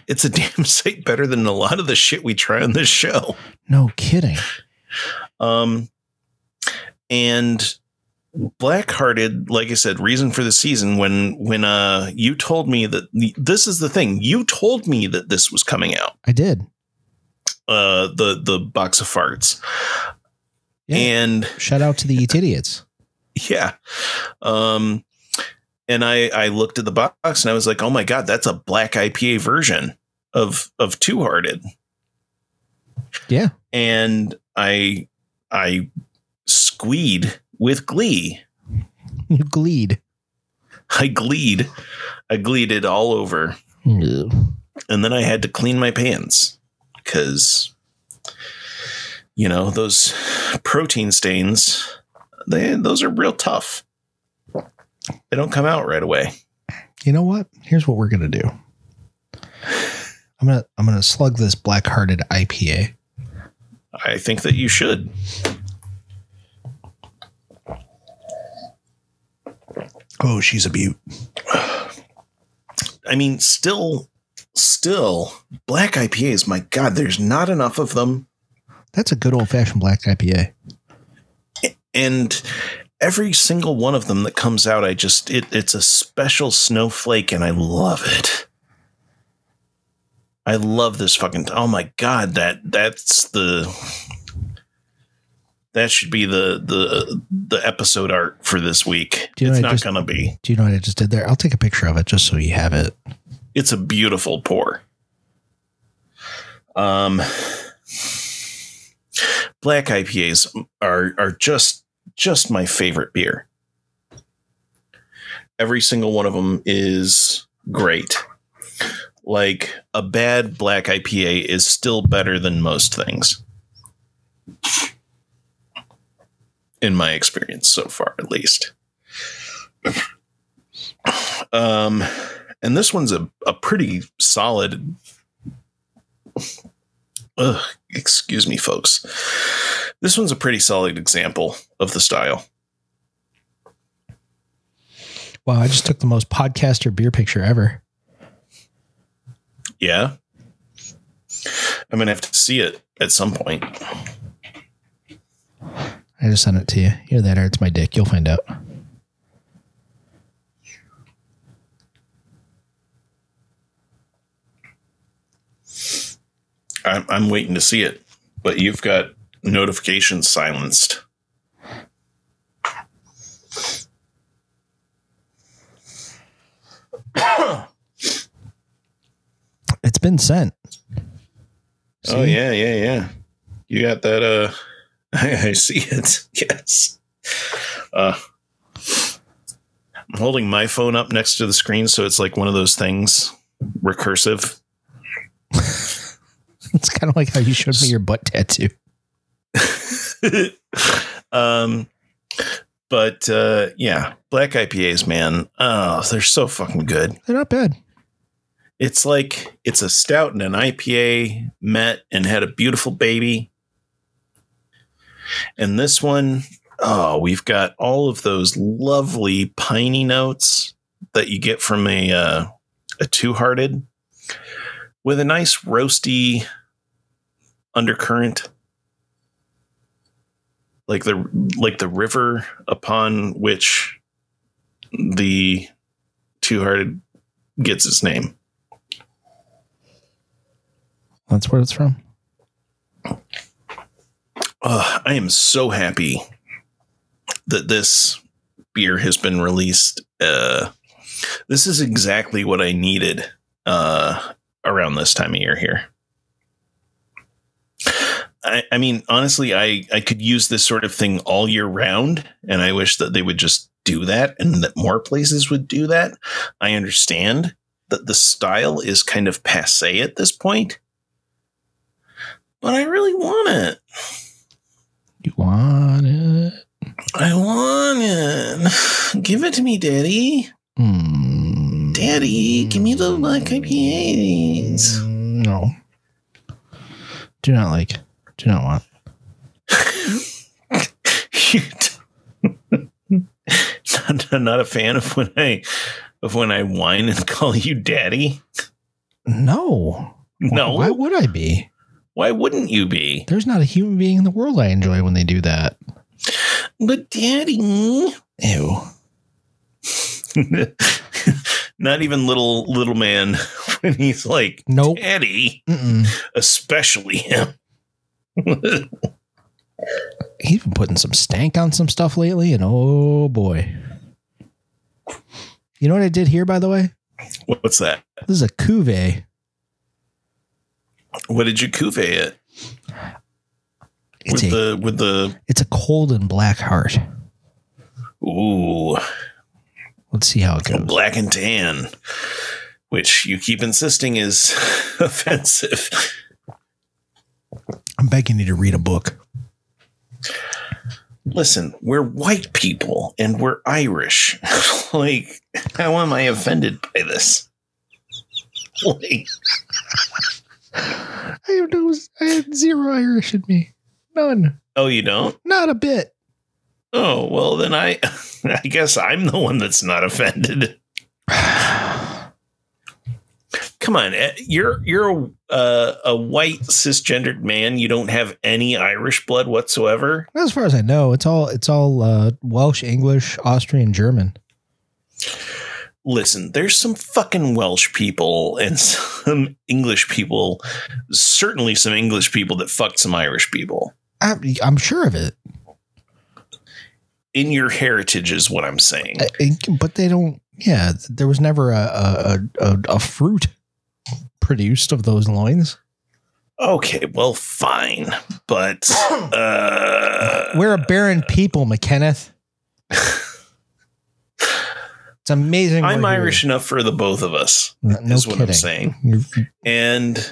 It's a damn sight better than a lot of the shit we try on this show. No kidding. Um, and Blackhearted, like I said, reason for the season when when uh you told me that this is the thing you told me that this was coming out. I did. Uh, the the box of farts, Yeah. and Shout out to the Eat Idiots. yeah, um, and I I looked at the box and I was like, oh my god, that's a black IPA version of of Two Hearted. Yeah. and I I squeed with glee. You gleed. I gleed. I gleeded all over. And then I had to clean my pants because you know, those protein stains, they those are real tough. They don't come out right away. You know what? Here's what we're gonna do. I'm gonna I'm gonna slug this black hearted IPA. I think that you should. Oh, she's a beaut. I mean, still still black IPAs, my god, there's not enough of them. That's a good old fashioned black IPA. and every single one of them that comes out, I just it, it's a special snowflake, and I love it. I love this fucking. Oh my god, that that's the that should be the the the episode art for this week. Do you know it's I not just- gonna be. Do you know what I just did there? I'll take a picture of it just so you have it. It's a beautiful pour. Um, black IPAs are are just just my favorite beer. Every single one of them is great. Like a bad black IPA is still better than most things. In my experience so far, at least. Um, and this one's a, a pretty solid Ugh, excuse me folks this one's a pretty solid example of the style Wow, I just took the most podcaster beer picture ever. yeah i'm gonna have to see it at some point I just sent it to you. You're that or it's my dick. You'll find out. i'm, I'm waiting to see it but you've got notifications silenced It's been sent. oh See? yeah yeah yeah you got that uh i see it yes uh i'm holding my phone up next to the screen so it's like one of those things recursive It's kind of like how you showed me your butt tattoo. um, but uh, yeah, black IPAs, man. Oh, they're so fucking good. They're not bad. It's like it's a stout and an IPA met and had a beautiful baby. And this one, oh, we've got all of those lovely piney notes that you get from a uh, a two hearted, with a nice roasty undercurrent, like the like the river upon which the two hearted gets its name. That's where it's from. Ugh, I am so happy that this beer has been released. Uh, this is exactly what I needed uh, around this time of year here. I, I mean, honestly, I, I could use this sort of thing all year round, and I wish that they would just do that and that more places would do that. I understand that the style is kind of passe at this point, but I really want it. You want it? I want it. Give it to me, Daddy. Mm. Daddy, give me the black IPAs. Mm, No. Do not like. Do not want. You d- not, not a fan of when I of when I whine and call you Daddy. No. No, Why would I be? why wouldn't you be? There's not a human being in the world I enjoy when they do that. But Daddy, Ew. not even little little man when he's like Nope. Daddy, Mm-mm. especially him. He's been putting some stank on some stuff lately, and oh boy. You know what I did here, by the way? What's that? This is a cuvee. What did you cuvee it It's with a, the with the it's a cold and black heart. Ooh, Let's see how it goes. black and tan, which you keep insisting is offensive. I'm begging you to read a book. Listen, we're white people and we're Irish. like, how am I offended by this? Like, I have no, I had zero Irish in me. None. oh, you don't? Not a bit. Oh, well, then I, I guess I'm the one that's not offended. come on, eh, you're you're a, uh, a white cisgendered man. You don't have any Irish blood whatsoever. As far as I know, it's all it's all uh, Welsh, English, Austrian, German. Listen, there's some fucking Welsh people and some English people, certainly some English people that fucked some Irish people. I'm, I'm sure of it, In your heritage is what I'm saying. I- I- but they don't. Yeah, there was never a a, a, a a fruit produced of those loins. Okay, well, fine, but uh, We're a barren people, McKenneth. it's amazing. I'm we're here. Irish enough for the both of us. No, no is what I'm kidding. saying. You're- and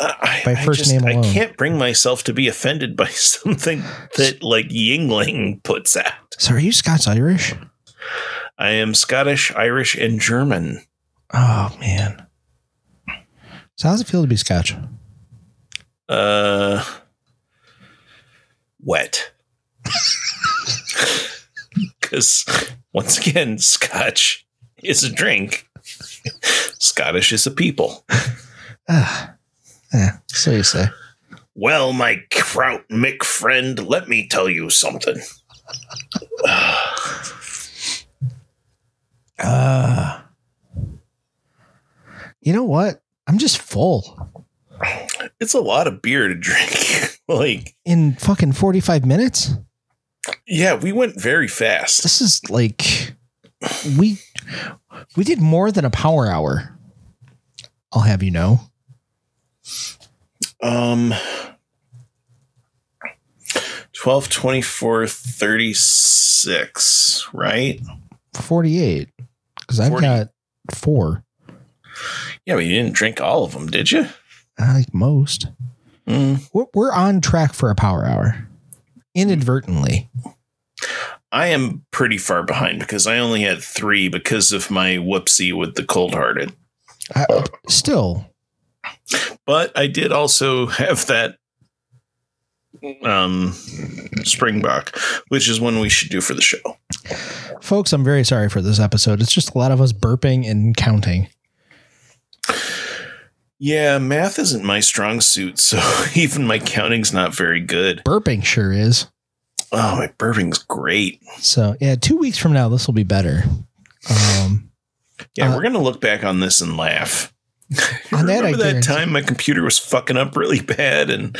I, By I first just- name alone. I can't bring myself to be offended by something that like Yingling puts out. so, are you Scots Irish? I am Scottish, Irish, and German. Oh man. So, how's it feel to be Scotch? Uh, wet. Because once again, Scotch is a drink. Scottish is a people. Ah, yeah, so you say. Well, my Kraut Mick friend, let me tell you something. Uh, you know what? I'm just full. It's a lot of beer to drink. like, In fucking 45 minutes? Yeah, we went very fast. This is like we we did more than a power hour. I'll have you know. Um 12 24 36, right? 48 cuz I've 40. got 4 Yeah, but you didn't drink all of them, did you? I like most. Mm. We're, we're on track for a power hour. Inadvertently. I am pretty far behind because I only had 3 because of my whoopsie with the cold hearted. I, still But I did also have that um Springbok, which is one we should do for the show. folks, I'm very sorry for this episode. It's just a lot of us burping and counting. Yeah, math isn't my strong suit, so even my counting's not very good. Burping sure is. Oh, my burping's great. So yeah, two weeks from now, this will be better. Um, Yeah, Uh, we're gonna look back on this and laugh. on that, I Remember that guarantee- time my computer was fucking up really bad, and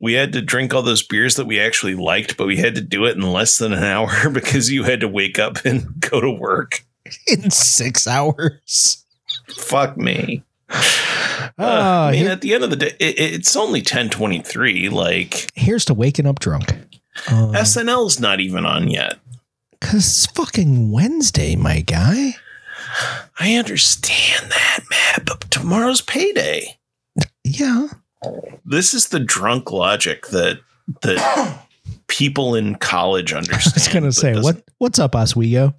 we had to drink all those beers that we actually liked, but we had to do it in less than an hour because you had to wake up and go to work. in six hours. Fuck me. Uh, Ah, I mean, here- at the end of the day, it, it's only ten twenty three. Like here's to waking up drunk. Because SNL's not even on yet. it's fucking Wednesday, my guy. I understand that, Matt, but tomorrow's payday. Yeah, this is the drunk logic that that people in college understand. I was gonna but say what what's up, Oswego?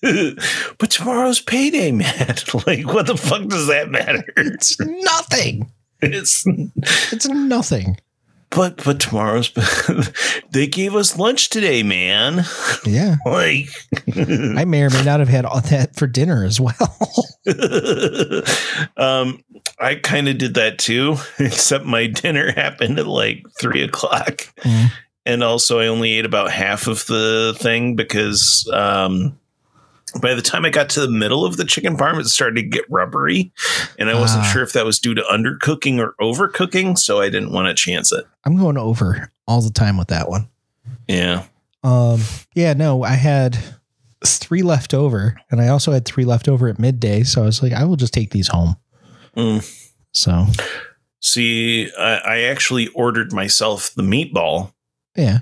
doesn't. but tomorrow's payday, man. like, what the fuck does that matter? It's nothing. It's, It's nothing. but but tomorrow's they gave us lunch today, man. Yeah, Like, I may or may not have had all that for dinner as well. um, I kind of did that too, except my dinner happened at like three o'clock. Mm. And also, I only ate about half of the thing because um, by the time I got to the middle of the chicken parm, it started to get rubbery. And I wasn't Ah. sure if that was due to undercooking or overcooking. So I didn't want to chance it. I'm going over all the time with that one. Yeah. Um, yeah, no, I had three left over, and I also had three left over at midday. So I was like, I will just take these home. Mm. So See, I, I actually ordered myself the meatball. yeah,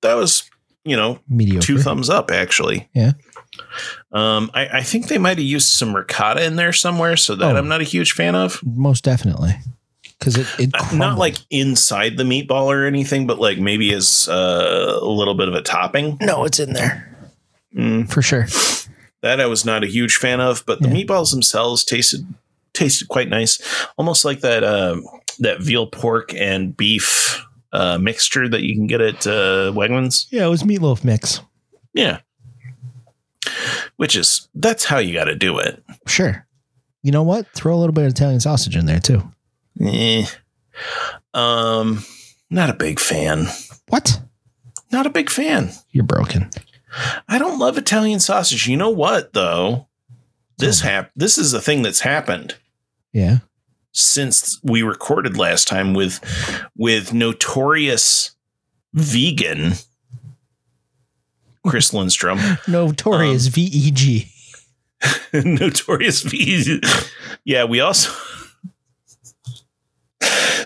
That was, you know, mediocre. two thumbs up actually Yeah. um i, I think they might have used some ricotta in there somewhere so that Oh. i'm not a huge fan of Most definitely, because it it Uh, crumbled. not like inside the meatball or anything but like maybe as uh, a little bit of a topping no, Oh, it's in there Mm, for sure. that i was not a huge fan of but the Yeah. meatballs themselves tasted tasted quite nice almost like that um that veal pork and beef uh, mixture that you can get at uh, Wegmans, Yeah, it was meatloaf mix. yeah. Which is that's how you got to do it. Sure, You know what? Throw a little bit of Italian sausage in there too. Eh. Um, not a big fan. What? Not a big fan. You're broken. I don't love Italian sausage. You know what though? This Tell hap- This is the thing that's happened Yeah. since we recorded last time with with notorious vegan Chris Lindstrom. Notorious VEG. notorious V. Yeah, we also.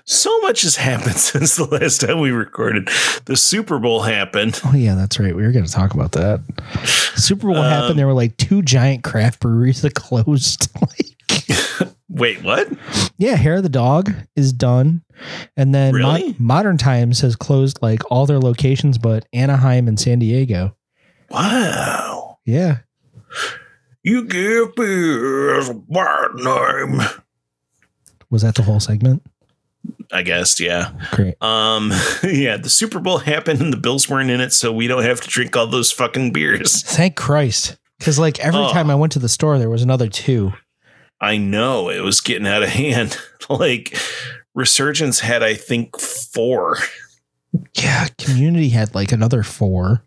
So much has happened since the last time we recorded. The Super Bowl happened. Oh yeah, that's right. We were going to talk about that. Super Bowl Um, happened. There were like two giant craft breweries that closed. like, Wait, what? yeah, Hair of the Dog is done, and then Mo- Really? Modern Times has closed like all their locations but Anaheim and San Diego. Wow. Yeah, You give me a bad name. was that the whole segment? I guess, yeah. Great. Um, yeah, the Super Bowl happened and the Bills weren't in it, so we don't have to drink all those fucking beers. Thank Christ. Because like every Oh. time I went to the store, there was another two. I know it was getting out of hand. like Resurgence had, I think, four. Yeah, community had like another four.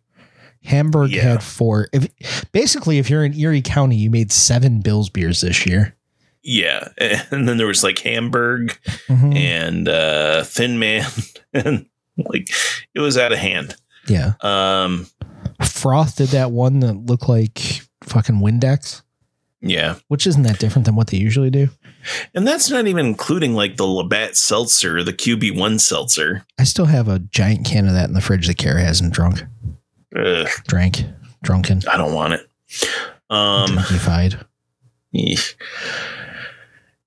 Hamburg Yeah. had four. If basically, if you're in Erie County, you made seven Bills beers this year. Yeah. And then there was like Hamburg Mm-hmm. Hmm. and uh Thin Man and like it was out of hand. Yeah, Um Froth did that one that looked like fucking Windex, yeah. which isn't that different than what they usually do. And that's not even including like the Labatt seltzer, the QB1 seltzer. I still have a giant can of that in the fridge that Kara hasn't drunk, Ugh, drank, drunken, I don't want it. Um drunkified. eh.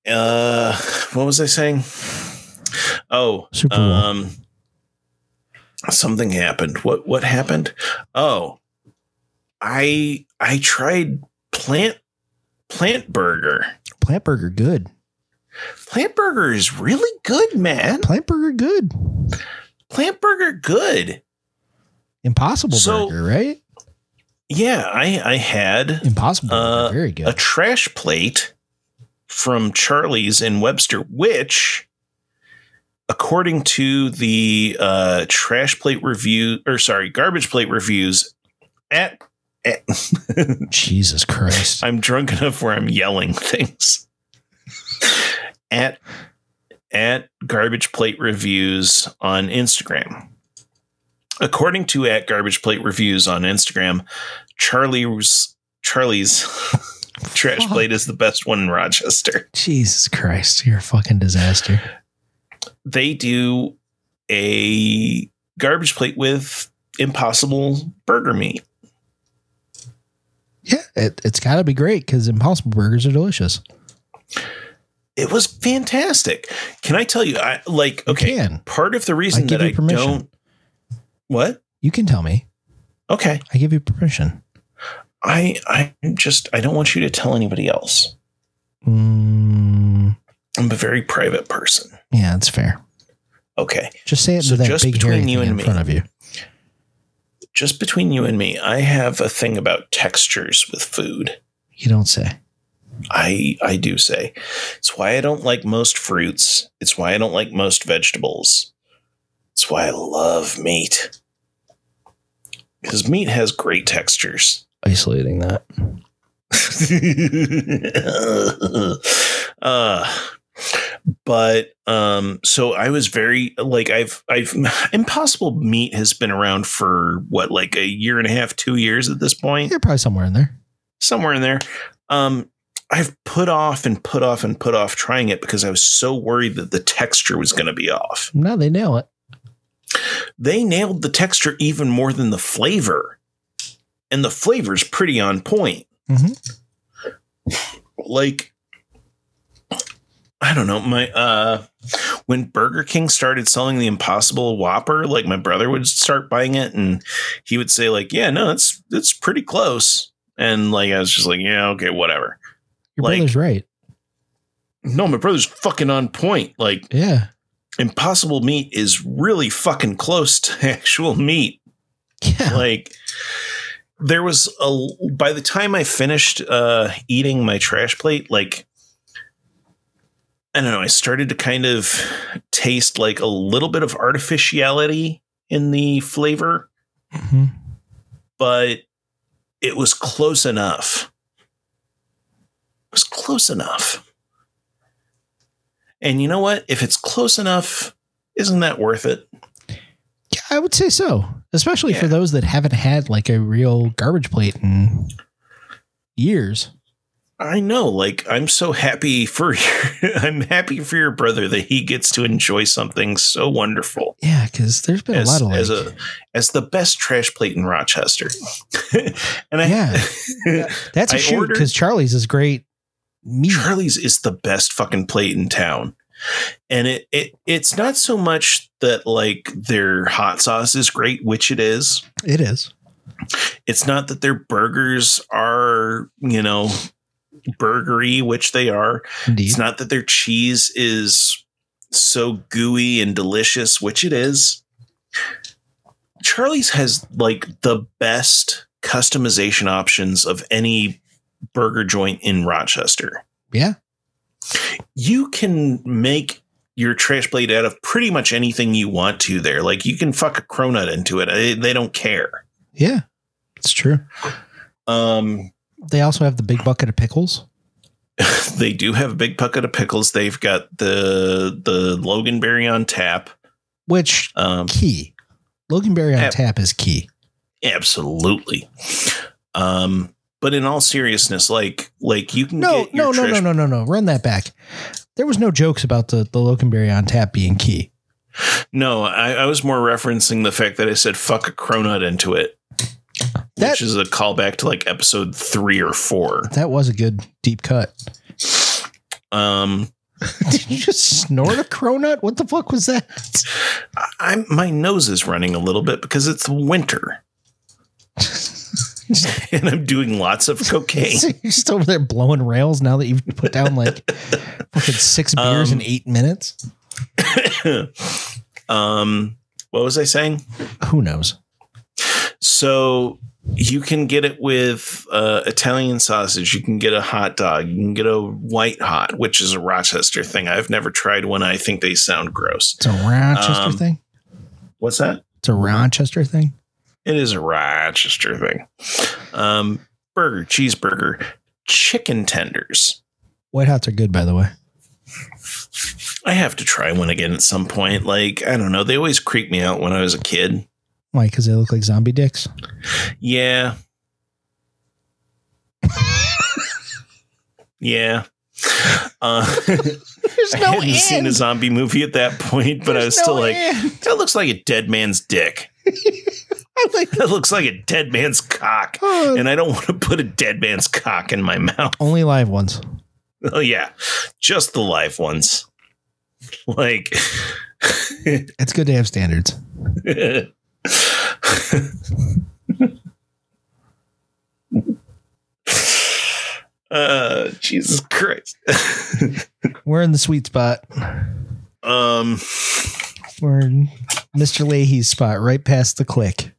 uh what was I saying? Oh, Super Bowl. um something happened. What what happened? Oh. I I tried plant plant burger. Plant burger good. Plant burger is really good, man. Plant burger good. Plant burger good. Impossible So- burger, right? Yeah, I I had Impossible. Uh, Very a good. trash plate from Charlie's in Webster, which according to the uh trash plate review or sorry, garbage plate reviews at, at Jesus Christ. I'm drunk enough where I'm yelling things. at at garbage plate reviews on Instagram. According to at garbage plate reviews on Instagram, Charlie's Charlie's trash Fuck. plate is the best one in Rochester. Jesus Christ. You're a fucking disaster. They do a garbage plate with impossible burger meat. Yeah, it, it's got to be great because Impossible Burgers are delicious. It was fantastic. Can I tell you I like You okay, can. part of the reason give that you I permission. don't what? You can tell me. Okay. I give you permission. I I'm just I don't want you to tell anybody else. Mm, I'm a very private person. yeah, that's fair. Okay. Just say it So to that just big between hairy you thing and in me. front of you. Just between you and me, I have a thing about textures with food. You don't say. I I do say. It's why I don't like most fruits. It's why I don't like most vegetables. It's why I love meat. Cuz meat has great textures. Isolating that. uh, but um so i was very like i've i've impossible meat has been around for what like a year and a half two years at this point You're probably somewhere in there. somewhere in there um i've put off and put off and put off trying it because i was so worried that the texture was going to be off No, they nail it. they nailed the texture even more than the flavor and the flavor's pretty on point Mhm. like i don't know my uh when burger king started selling the impossible whopper like my brother would start buying it and he would say like yeah no it's it's pretty close and like i was just like yeah okay whatever Your Like- brother's right. no my brother's fucking on point like Yeah. impossible meat is really fucking close to actual meat Yeah. like there was a by the time i finished uh eating my trash plate like I don't know, I started to kind of taste like a little bit of artificiality in the flavor, Mm-hmm. but it was close enough. It was close enough. And you know what? If it's close enough, isn't that worth it? Yeah, I would say so, especially for Yeah. those that haven't had like a real garbage plate in years. I know, like I'm so happy for your, I'm happy for your brother that he gets to enjoy something so wonderful Yeah, because there's been as, a lot of like, as a as the best trash plate in Rochester. and I Yeah. that's a I shoot ordered- because Charlie's is great meat. Charlie's is the best fucking plate in town. And it, it it's not so much that like their hot sauce is great, which it is. It is. It's not that their burgers are, you know, burgery, which they are. Indeed. It's not that their cheese is so gooey and delicious, which it is. Charlie's has like the best customization options of any burger joint in Rochester. Yeah. You can make your trash plate out of pretty much anything you want to there. Like you can fuck a cronut into it. They, they don't care. Yeah, it's true. Um, They also have the big bucket of pickles. they do have a big bucket of pickles. They've got the the Loganberry on tap. which Um, key Loganberry on Ab- tap is key. Absolutely. Um, but in all seriousness, like like you can No, get no, your no, no, trash- no, no, no. Run that back. There was no jokes about the the Loganberry on tap being key. No, I, I was more referencing the fact that I said fuck a cronut into it. That- which is a callback to like episode three or four. That was a good deep cut. Um Did you just snort a cronut? What the fuck was that? I, I'm my nose is running a little bit because it's winter. and I'm doing lots of cocaine. So you're just over there blowing rails now that you've put down like fucking six beers Um, in eight minutes. um what was I saying? Who knows? So you can get it with uh, Italian sausage. You can get a hot dog. You can get a white hot, which is a Rochester thing. I've never tried one. I think they sound gross. It's a Rochester Um, thing. What's that? It's a Rochester thing. It is a Rochester thing. Um, burger, cheeseburger, chicken tenders. White hots are good, by the way. I have to try one again at some point. Like I don't know. They always creep me out when I was a kid. Why? Because they look like zombie dicks. Yeah. yeah. Uh, There's I hadn't seen a zombie movie at that point, but I was still like, that looks like a dead man's dick. That looks like a dead man's cock. Oh. And I don't want to put a dead man's cock in my mouth. Only live ones. Oh, yeah. Just the live ones. Like, It's good to have standards. uh, Jesus Christ. We're in the sweet spot. um, We're in Mr. Leahy's spot, right past the click.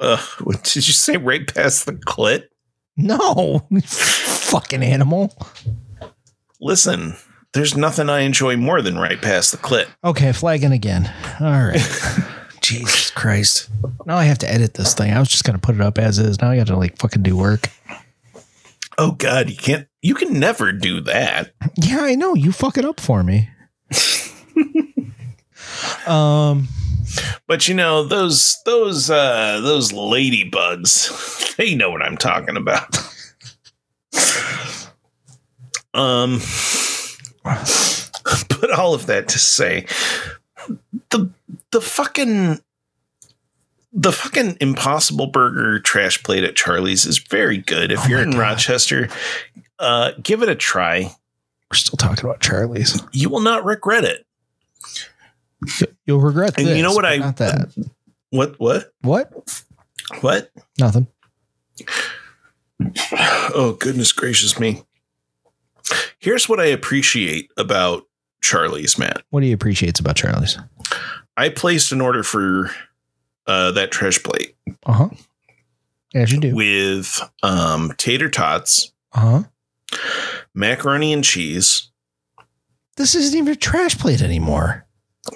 uh, what did you say right past the clit? No, fucking animal. Listen, there's nothing I enjoy more than right past the clit. Okay, flagging again. All right. Jesus Christ. Now I have to edit this thing. I was just gonna put it up as is. Now I got to like fucking do work. Oh God, you can't. You can never do that. Yeah, I know. You fuck it up for me. um. But you know those those uh, those ladybugs. They know what I'm talking about. um, but all of that to say, the the fucking the fucking impossible burger trash plate at Charlie's is very good. If Oh you're my in God. Rochester, uh, give it a try. We're still talking about Charlie's. You will not regret it. You'll regret And this. you know what but I- not that. What? What? What? What? Nothing. Oh, goodness gracious me. Here's what I appreciate about Charlie's, Matt. What do you appreciate about Charlie's? I placed an order for uh, that trash plate Uh huh. As you do. Uh-huh. with um, tater tots, Uh huh. macaroni and cheese. This isn't even a trash plate anymore.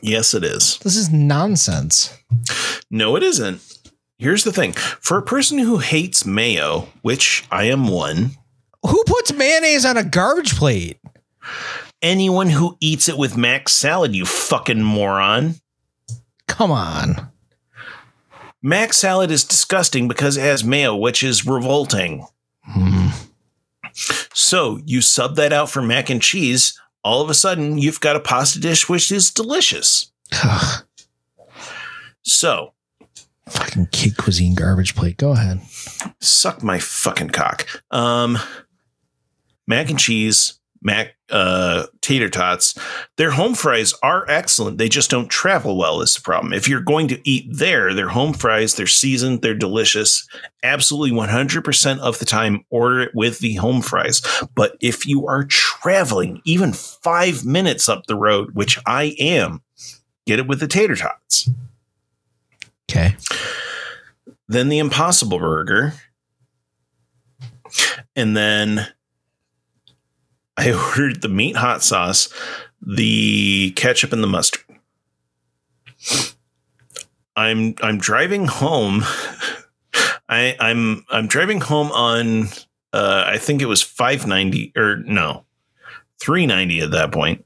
Yes, it is. This is nonsense. No, it isn't. Here's the thing for a person who hates mayo, which I am one, Who puts mayonnaise on a garbage plate? anyone who eats it with mac salad, you fucking moron. Come on. Mac salad is disgusting because it has mayo, which is revolting. Hmm. So you sub that out for mac and cheese. All of a sudden, you've got a pasta dish, which is delicious. Ugh, So fucking kid cuisine garbage plate. Go ahead. suck my fucking cock. Um, mac and cheese, mac uh, tater tots. Their home fries are excellent. They just don't travel well. Is the problem? If you're going to eat there, their home fries, they're seasoned, they're delicious. Absolutely, 100% of the time, order it with the home fries. But if you are traveling even five minutes up the road, which I am, get it with the tater tots. Okay. then the Impossible Burger, and then I ordered the meat hot sauce, the ketchup, and the mustard. I'm I'm driving home. I I'm I'm driving home on uh, I think it was five ninety or no three ninety at that point,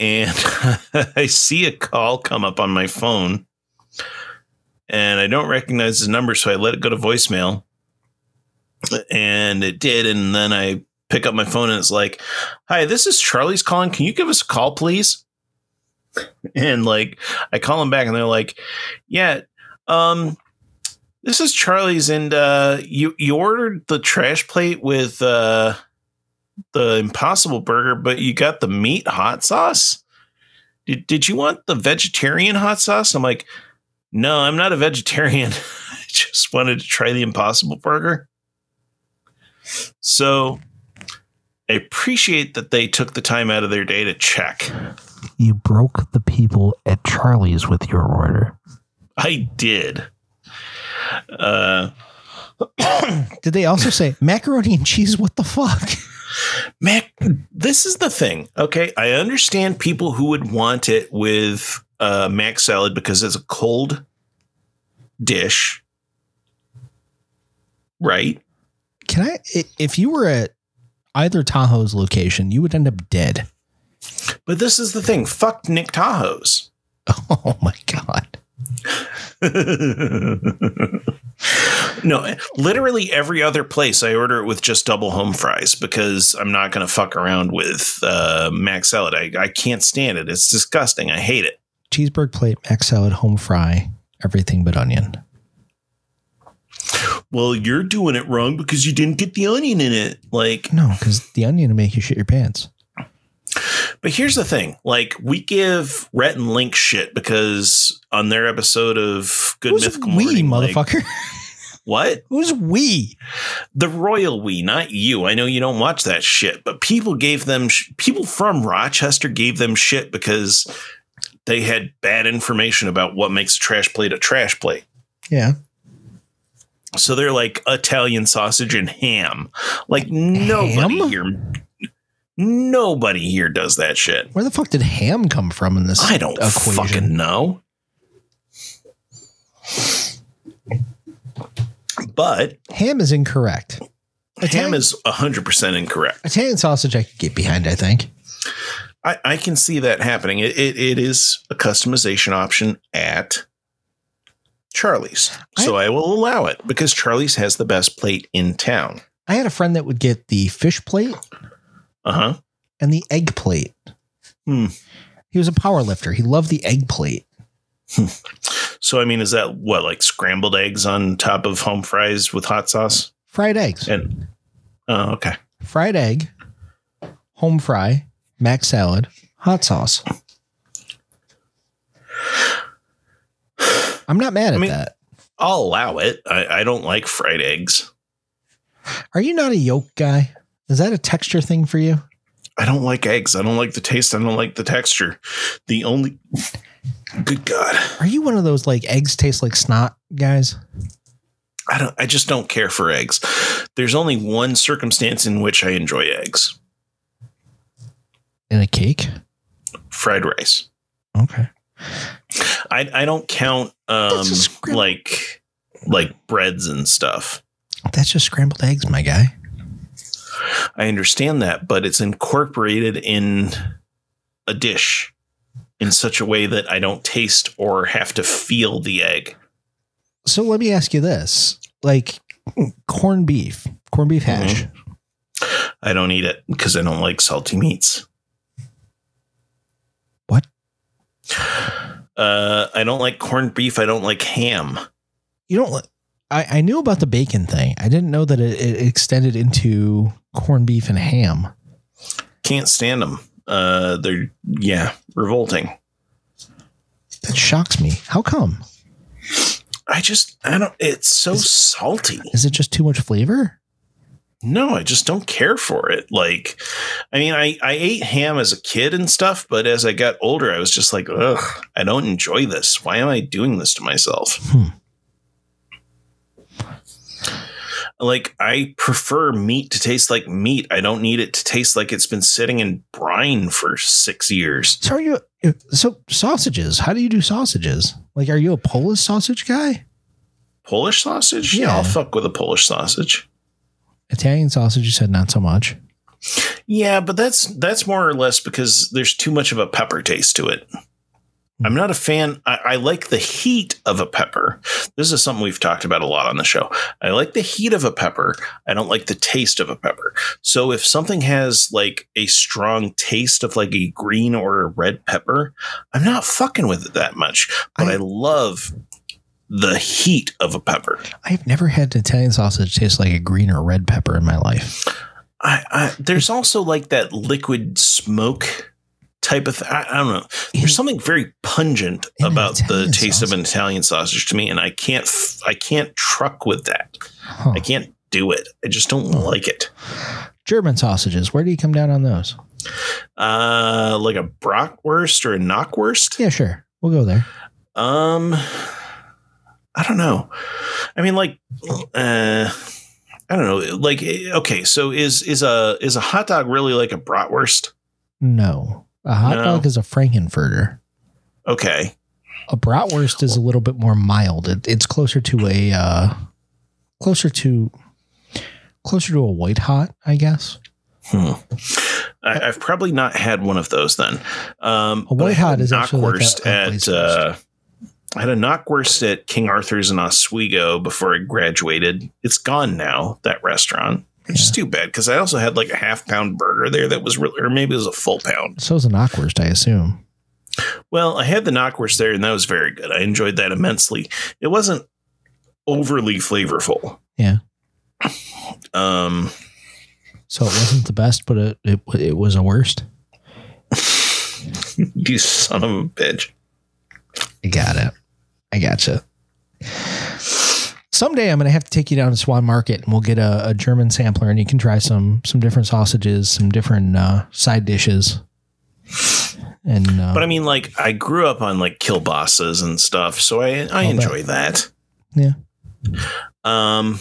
and I see a call come up on my phone and I don't recognize his number, so I let it go to voicemail. And it did, and then I pick up my phone and it's like, "Hi, this is Charlie's calling. Can you give us a call, please?" And like, I call him back, and they're like, "Yeah, um, this is Charlie's, and uh, you you ordered the trash plate with uh, the Impossible Burger, but you got the meat hot sauce. Did did you want the vegetarian hot sauce?" I'm like, no, I'm not a vegetarian. I just wanted to try the Impossible Burger. So I appreciate that they took the time out of their day to check. You broke the people at Charlie's with your order. I did. Uh, Did they also say macaroni and cheese? What the fuck? Mac, this is the thing. Okay. I understand people who would want it with uh, Mac salad because it's a cold dish. Right? Can I? i- If you were at either Tahoe's location, you would end up dead. But this is the thing. Fuck Nick Tahoe's. Oh my god. no, literally every other place I order it with just double home fries because I'm not going to fuck around with uh, mac salad. I, I can't stand it. It's disgusting. I hate it. Cheeseburger plate, mac salad, home fry, everything but onion. Well, you're doing it wrong because you didn't get the onion in it. Like, No, because the onion will make you shit your pants. But here's the thing: like we give Rhett and Link shit because on their episode of Good Who's Mythical we, Morning, like- motherfucker? what? Who's we? the royal we, not you. I know you don't watch that shit, but people gave them sh- people from Rochester gave them shit because they had bad information about what makes a trash plate a trash plate. Yeah. So they're like Italian sausage and ham. Like nobody Ham? here nobody here does that shit. Where the fuck did ham come from in this? I don't equation? fucking know. But Ham is incorrect. ham is 100% incorrect. Italian sausage I could get behind, I think. I, I can see that happening. It, it it is a customization option at Charlie's, so I will allow it because Charlie's has the best plate in town. I had a friend that would get the fish plate Uh huh. and the egg plate. Hmm. He was a power lifter. He loved the egg plate. So I mean, is that what like scrambled eggs on top of home fries with hot sauce? Fried eggs. And oh, okay, Fried egg, home fry, mac salad, hot sauce. I'm not mad at I mean- that. I'll allow it. I, I don't like fried eggs. Are you not a yolk guy? Is that a texture thing for you? I don't like eggs. I don't like the taste. I don't like the texture. The only good God, Are you one of those like eggs taste like snot guys? I don't. I just don't care for eggs. There's only one circumstance in which I enjoy eggs: in a cake. fried rice. Okay. I I don't count um That's a scribble. like like breads and stuff. That's just scrambled eggs, my guy. I understand that, but it's incorporated in a dish in such a way that I don't taste or have to feel the egg. So let me ask you this: like corned beef, corned beef Mm-hmm. hash. I don't eat it because I don't like salty meats. What? Uh, I don't like corned beef. I don't like ham. You don't. li- I I knew about the bacon thing. I didn't know that it, it extended into corned beef and ham. Can't stand them. Uh, they're yeah, revolting. That shocks me. How come? I just I don't. It's so salty. Is it just too much flavor? No, I just don't care for it. Like, I mean, I I ate ham as a kid and stuff, but as I got older, I was just like, ugh, I don't enjoy this. Why am I doing this to myself? Hmm. Like, I prefer meat to taste like meat. I don't need it to taste like it's been sitting in brine for six years. So are you? So sausages. How do you do sausages? Like, are you a Polish sausage guy? Polish sausage? Yeah. I'll fuck with a Polish sausage. Italian sausage, you said not so much. Yeah, but that's that's more or less because there's too much of a pepper taste to it. I'm not a fan. I, I like the heat of a pepper. This is something we've talked about a lot on the show. I like the heat of a pepper. I don't like the taste of a pepper. So if something has like a strong taste of like a green or a red pepper, I'm not fucking with it that much. But I, I- love the heat of a pepper. I've never had an Italian sausage taste like a green or red pepper in my life. I, I there's also like that liquid smoke type of th- I, I don't know. In- There's something very pungent in an about the Italian taste of an Italian sausage to me, and I can't f- I can't truck with that. Huh. I can't do it. I just don't like it. German sausages. Where do you come down on those? Uh, like a brockwurst or a knockwurst. Yeah, sure. We'll go there. Um, I don't know. I mean, like, uh, I don't know. Like, eh, okay, so is is a is a hot dog really like a bratwurst? No. A hot No. dog is a Frankenfurter. Okay, A bratwurst is a little bit more mild. It, it's closer to a uh, closer to closer to a white hot, I guess. Hmm. I, I've probably not had one of those then. Um, A but I white had hot is actually like a- knockwurst a at. blazed Uh, I had a knockwurst at King Arthur's in Oswego before I graduated. It's gone now. That restaurant, which is too bad because I also had like a half pound burger there that was really, or maybe it was a full pound. So is an knockwurst, I assume. Well, I had the knockwurst there, and that was very good. I enjoyed that immensely. It wasn't overly flavorful. Yeah. Um. So it wasn't the best, but it it, it was a worst. You son of a bitch. I got it. I gotcha. Someday I'm gonna have to take you down to Swan Market and we'll get a, a German sampler and you can try some some different sausages, some different uh, side dishes. And uh, But I mean, like, I grew up on like kielbasa's and stuff, so I I I'll bet. enjoy that. Yeah. Um,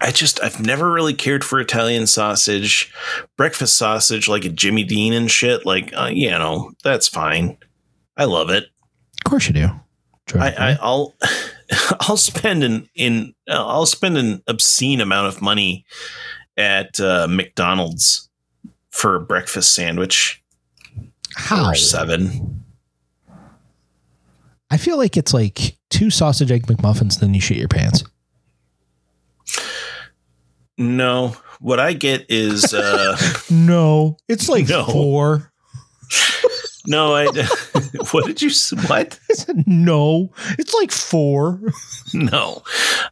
I just I've never really cared for Italian sausage, breakfast sausage like a Jimmy Dean and shit. Like, uh, you know, that's fine. I love it. of course you do. Jordan, I, I I'll I'll spend an in uh, I'll spend an obscene amount of money at uh, McDonald's for a breakfast sandwich how or seven. I feel like it's like two sausage egg McMuffins, then you shit your pants. No, what I get is uh No, it's like No. four. no. I what did you s- what? no, it's like four. No,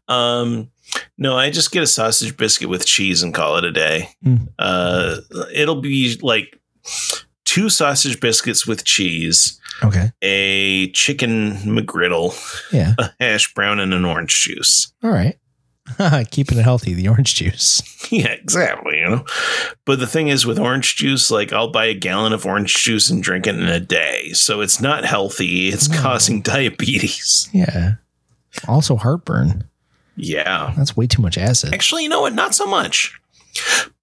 um, no. I just get a sausage biscuit with cheese and call it a day. Hmm. Uh, it'll be like two sausage biscuits with cheese, Okay, a chicken McGriddle, yeah, a hash brown, and an orange juice. all right. Keeping it healthy, the orange juice. Yeah, exactly. You know, but the thing is, with orange juice, like I'll buy a gallon of orange juice and drink it in a day, so it's not healthy. It's No. causing diabetes. Yeah. Also heartburn. Yeah. That's way too much acid. Actually, you know what? Not so much.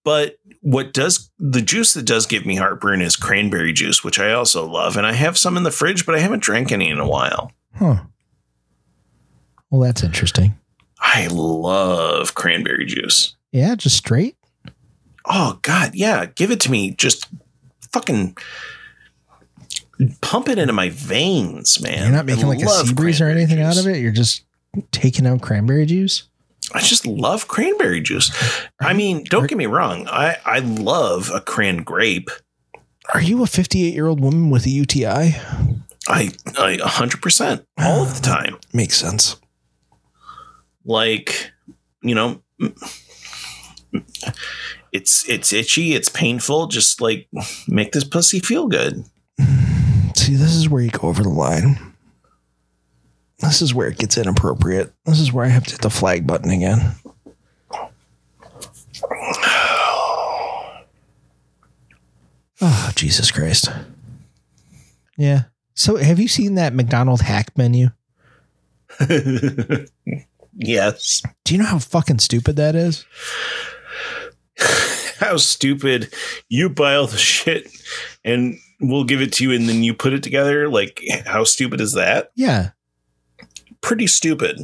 But what does the juice that does give me heartburn is cranberry juice, which I also love. And I have some in the fridge, but I haven't drank any in a while. Huh. Well, that's interesting. I love cranberry juice. Yeah, just straight. Oh God, yeah, give it to me. Just fucking pump it into my veins, man. You're not making I like a love sea breeze or cranberry anything out juice. of it. You're just taking out cranberry juice. I just love cranberry juice. I mean, don't get me wrong. I I love a cran grape. Are you a 58 year old woman with a UTI? I I a hundred percent all of the time. Makes sense. Like you know, it's it's itchy. It's painful. Just like make this pussy feel good. See, this is where you go over the line. This is where it gets inappropriate. This is where I have to hit the flag button again. Oh, Jesus Christ. Yeah. So, have you seen that McDonald hack menu? Yes. Do you know how fucking stupid that is? how stupid you buy all the shit and we'll give it to you and then you put it together like how stupid is that Yeah. pretty stupid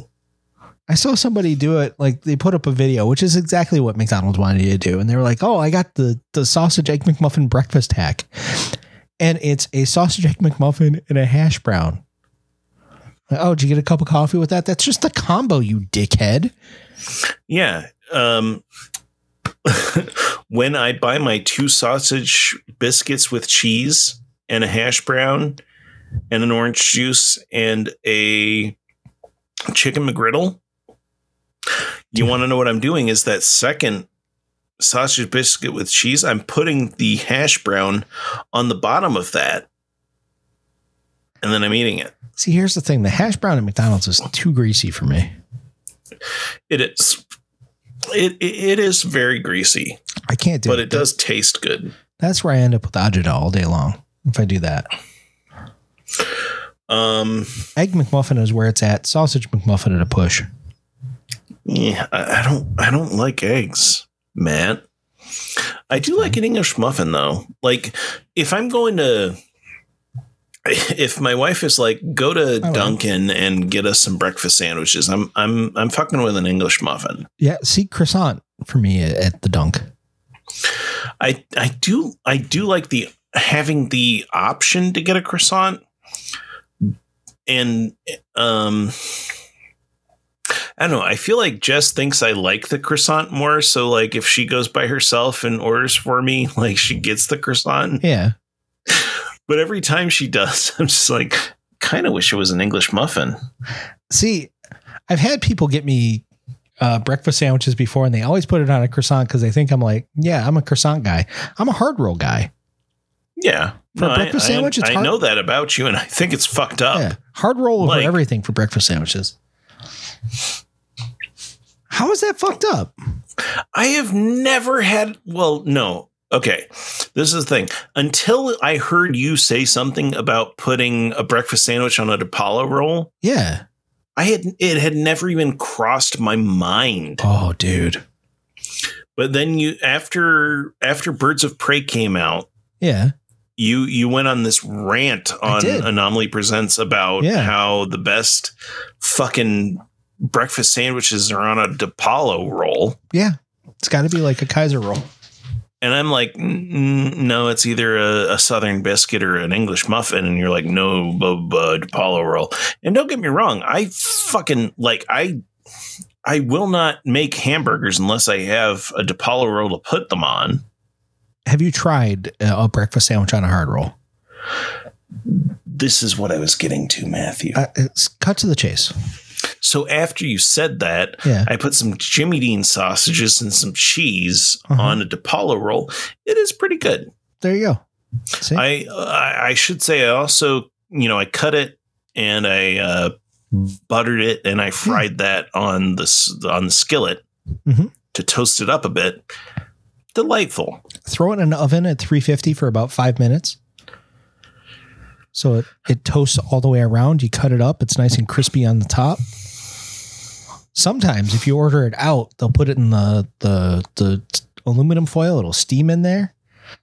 I saw somebody do it. Like they put up a video, which is exactly what McDonald's wanted you to do, and they were like, "Oh, I got the the sausage egg McMuffin breakfast hack," and it's a sausage egg McMuffin and a hash brown. Like, oh, did you get a cup of coffee with that? That's just the combo, you dickhead. yeah um when i buy my two sausage biscuits with cheese and a hash brown and an orange juice and a chicken mcgriddle you want to know what i'm doing is that second sausage biscuit with cheese i'm putting the hash brown on the bottom of that and then i'm eating it See, here's the thing: the hash brown at McDonald's is too greasy for me. it is it, it is very greasy I can't do but it. it does taste good That's where I end up with Ajita all day long if I do that. Um, Egg McMuffin is where it's at. Sausage McMuffin at a push. yeah, I, I don't, I don't like eggs, Matt. I do like an English muffin though. Like, if I'm going to, if my wife is like, go to right. Dunkin' and get us some breakfast sandwiches, I'm, I'm, I'm fucking with an English muffin. Yeah, see croissant for me at- at the dunk. I, I do, I do like the having the option to get a croissant, and um. I don't know. I feel like Jess thinks I like the croissant more. So, like, if she goes by herself and orders for me, like, she gets the croissant. Yeah. But every time she does, I'm just like, kind of wish it was an English muffin. See, I've had people get me uh, breakfast sandwiches before, and they always put it on a croissant because they think I'm like, yeah, I'm a croissant guy. I'm a hard roll guy. Yeah. For a breakfast I, sandwich, I, it's I hard- know that about you, and I think it's fucked up. Yeah, hard roll Like- over everything for breakfast sandwiches. How is that fucked up? I have never had, well, no. Okay. This is the thing. Until I heard you say something about putting a breakfast sandwich on a DiPaolo roll, Yeah. I had it had never even crossed my mind. Oh, dude. But then you after after Birds of Prey came out, Yeah. you you went on this rant on did. Anomaly Presents about Yeah. how the best fucking breakfast sandwiches are on a DiPaolo roll. Yeah. It's got to be like a Kaiser roll. And I'm like, "Mm, no, it's either a, a Southern biscuit or an English muffin. And you're like, no, bu- bu- DiPaolo roll. And don't get me wrong, I fucking like I I will not make hamburgers unless I have a DiPaolo roll to put them on. Have you tried uh, a breakfast sandwich on a hard roll? This is what I was getting to, Matthew. Uh, it's cut to the chase. So after you said that, Yeah. I put some Jimmy Dean sausages and some cheese Uh-huh. on a DiPaolo roll. It is pretty good. There you go. See? I, I I should say I also you know I cut it and I uh, buttered it and I fried that on the s- on the skillet Mhm. to toast it up a bit. Delightful. throw it in an oven at 350 for about five minutes. So it, it toasts all the way around. You cut it up. It's nice and crispy on the top. Sometimes if you order it out, they'll put it in the the the aluminum foil. It'll steam in there,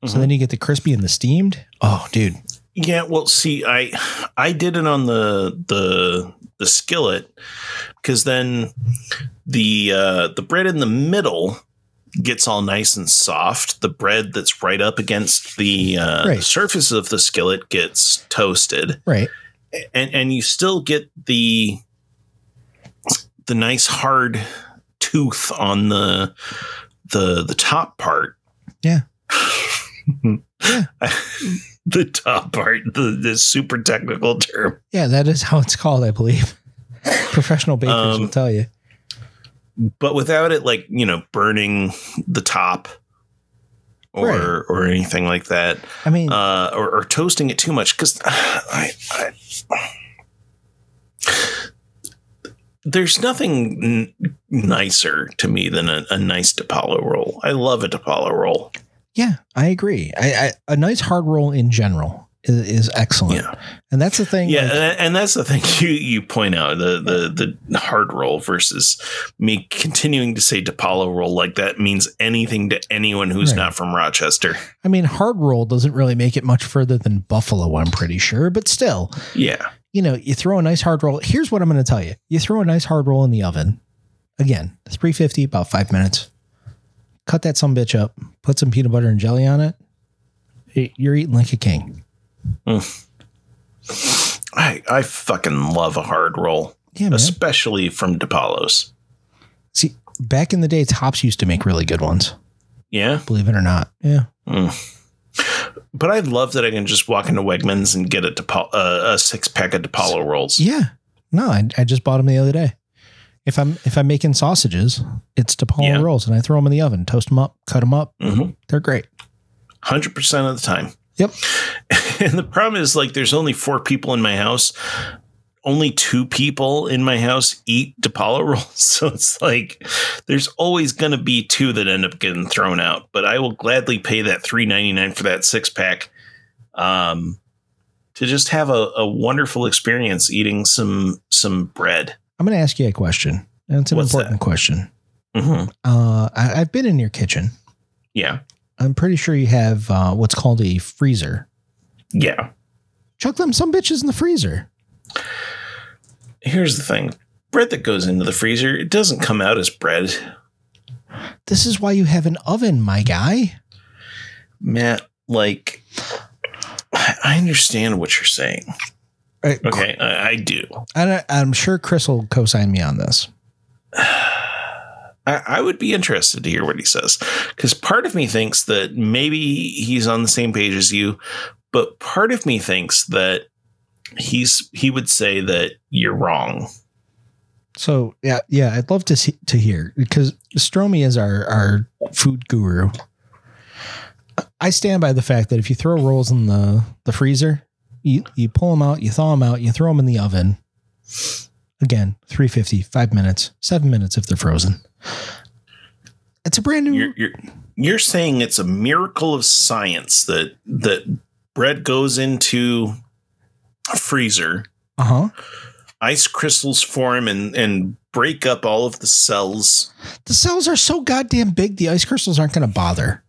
so Mm-hmm. then you get the crispy and the steamed. Oh, dude, Yeah, well, see, I I did it on the the the skillet because then the uh, the bread in the middle gets all nice and soft. The bread that's right up against the uh, Right. surface of the skillet gets toasted, right? and and you still get the the nice hard tooth on the the the top part. Yeah. yeah. the top part, the, the super technical term. Yeah, that is how it's called, I believe. Professional bakers Um, will tell you. But without it like, you know, burning the top or Right. or anything like that. I mean, uh, or, or toasting it too much because I, I there's nothing n- nicer to me than a, a nice Dipalo roll. I love a Dipalo roll. yeah, I agree. I, I a nice hard roll in general is, is excellent, Yeah. and that's the thing. Yeah, like- and, and that's the thing you you point out the the the hard roll versus me continuing to say Dipalo roll like that means anything to anyone who's Right. not from Rochester. I mean, hard roll doesn't really make it much further than Buffalo, I'm pretty sure, but still, Yeah, you know, you throw a nice hard roll. Here's what I'm going to tell you you throw a nice hard roll in the oven. Again, 350, about five minutes. Cut that some bitch up, put some peanut butter and jelly on it. Y- You're eating like a king. I I fucking love a hard roll, Yeah, man. especially from Dipalos. See, back in the day, Tops used to make really good ones, Yeah. believe it or not. Yeah. But I love that I can just walk into Wegmans and get a, Depa- uh, a six pack of DePaulo rolls. Yeah. No, I, I just bought them the other day. If I'm if I'm making sausages, it's DePaul Yeah. rolls, and I throw them in the oven, toast them up, cut them up. Mhm. They're great. 100% of the time. Yep. And the problem is, like, there's only four people in my house. Only two people in my house eat DePaulo rolls. So it's like there's always going to be two that end up getting thrown out. But I will gladly pay that $3.99 for that six pack um, to just have a, a wonderful experience eating some some bread. I'm going to ask you a question, and it's an What's important question. hmm Uh, I, I've been in your kitchen. Yeah. I'm pretty sure you have uh, what's called a freezer. Yeah. Chuck them some bitches in the freezer. here's the thing bread that goes into the freezer it doesn't come out as bread This is why you have an oven, my guy. matt like i understand what you're saying Right. okay i, I do And I, I'm sure Chris will co-sign me on this. I, I would be interested to hear what he says because part of me thinks that maybe he's on the same page as you but part of me thinks that he's he would say that you're wrong So yeah, yeah, I'd love to see to hear because Stromy is our our food guru. I stand by the fact that if you throw rolls in the the freezer, you you pull them out, you thaw them out, you throw them in the oven. Again, 350, five minutes, seven minutes if they're frozen. It's a brand new. you're you're you're saying it's a miracle of science that that bread goes into a freezer uh huh. ice crystals form and and break up all of the cells The cells are so goddamn big, the ice crystals aren't going to bother.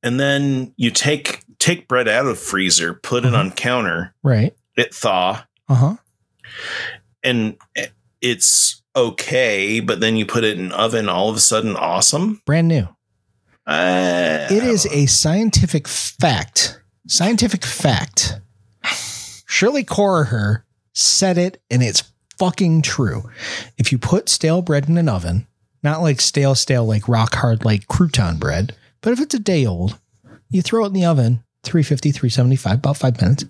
and then you take take bread out of freezer put Mm-hmm. it on counter Right. it thaw Uh huh. and it's okay but then you put it in oven all of a sudden awesome Brand new. uh, It is a scientific fact. Scientific fact. Shirley Corher said it, and it's fucking true. If you put stale bread in an oven, not like stale, stale, like rock hard, like crouton bread, but if it's a day old, you throw it in the oven, 350, 375, about five minutes,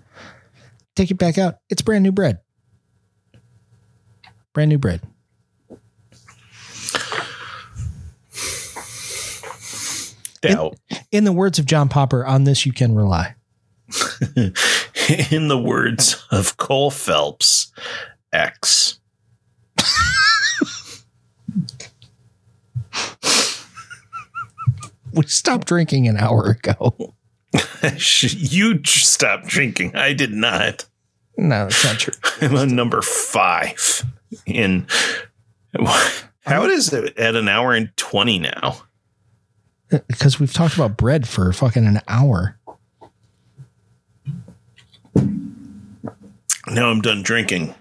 take it back out. It's brand new bread. Brand new bread. doubt In the words of John Popper, on this you can rely. in the words of cole phelps x We stopped drinking an hour ago. you stopped drinking i did not No, that's not true. I'm on number five in How is it at an hour and 20 now? Because we've talked about bread for fucking an hour. Now I'm done drinking.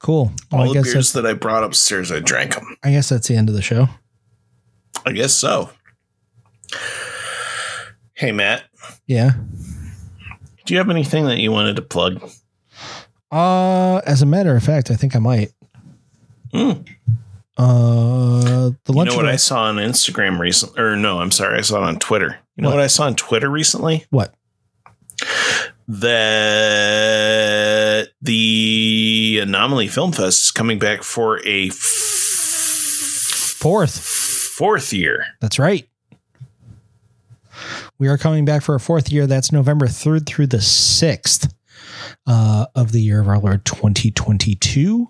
Cool. Well, Oh, All I the guess beers that's, that I brought upstairs, I drank them. I guess that's the end of the show. I guess so. Hey, Matt, Yeah. do you have anything that you wanted to plug? Uh, as a matter of fact, I think I might. Mm. Uh, the You lunch. know what I What, saw on Instagram recently? Or no, I'm sorry, I saw it on Twitter. You know what I saw on Twitter recently? what? that the Anomaly Film Fest is coming back for a f- Fourth. fourth year. That's right. We are coming back for a fourth year. That's November 3rd through the 6th uh, of the year of our Lord 2022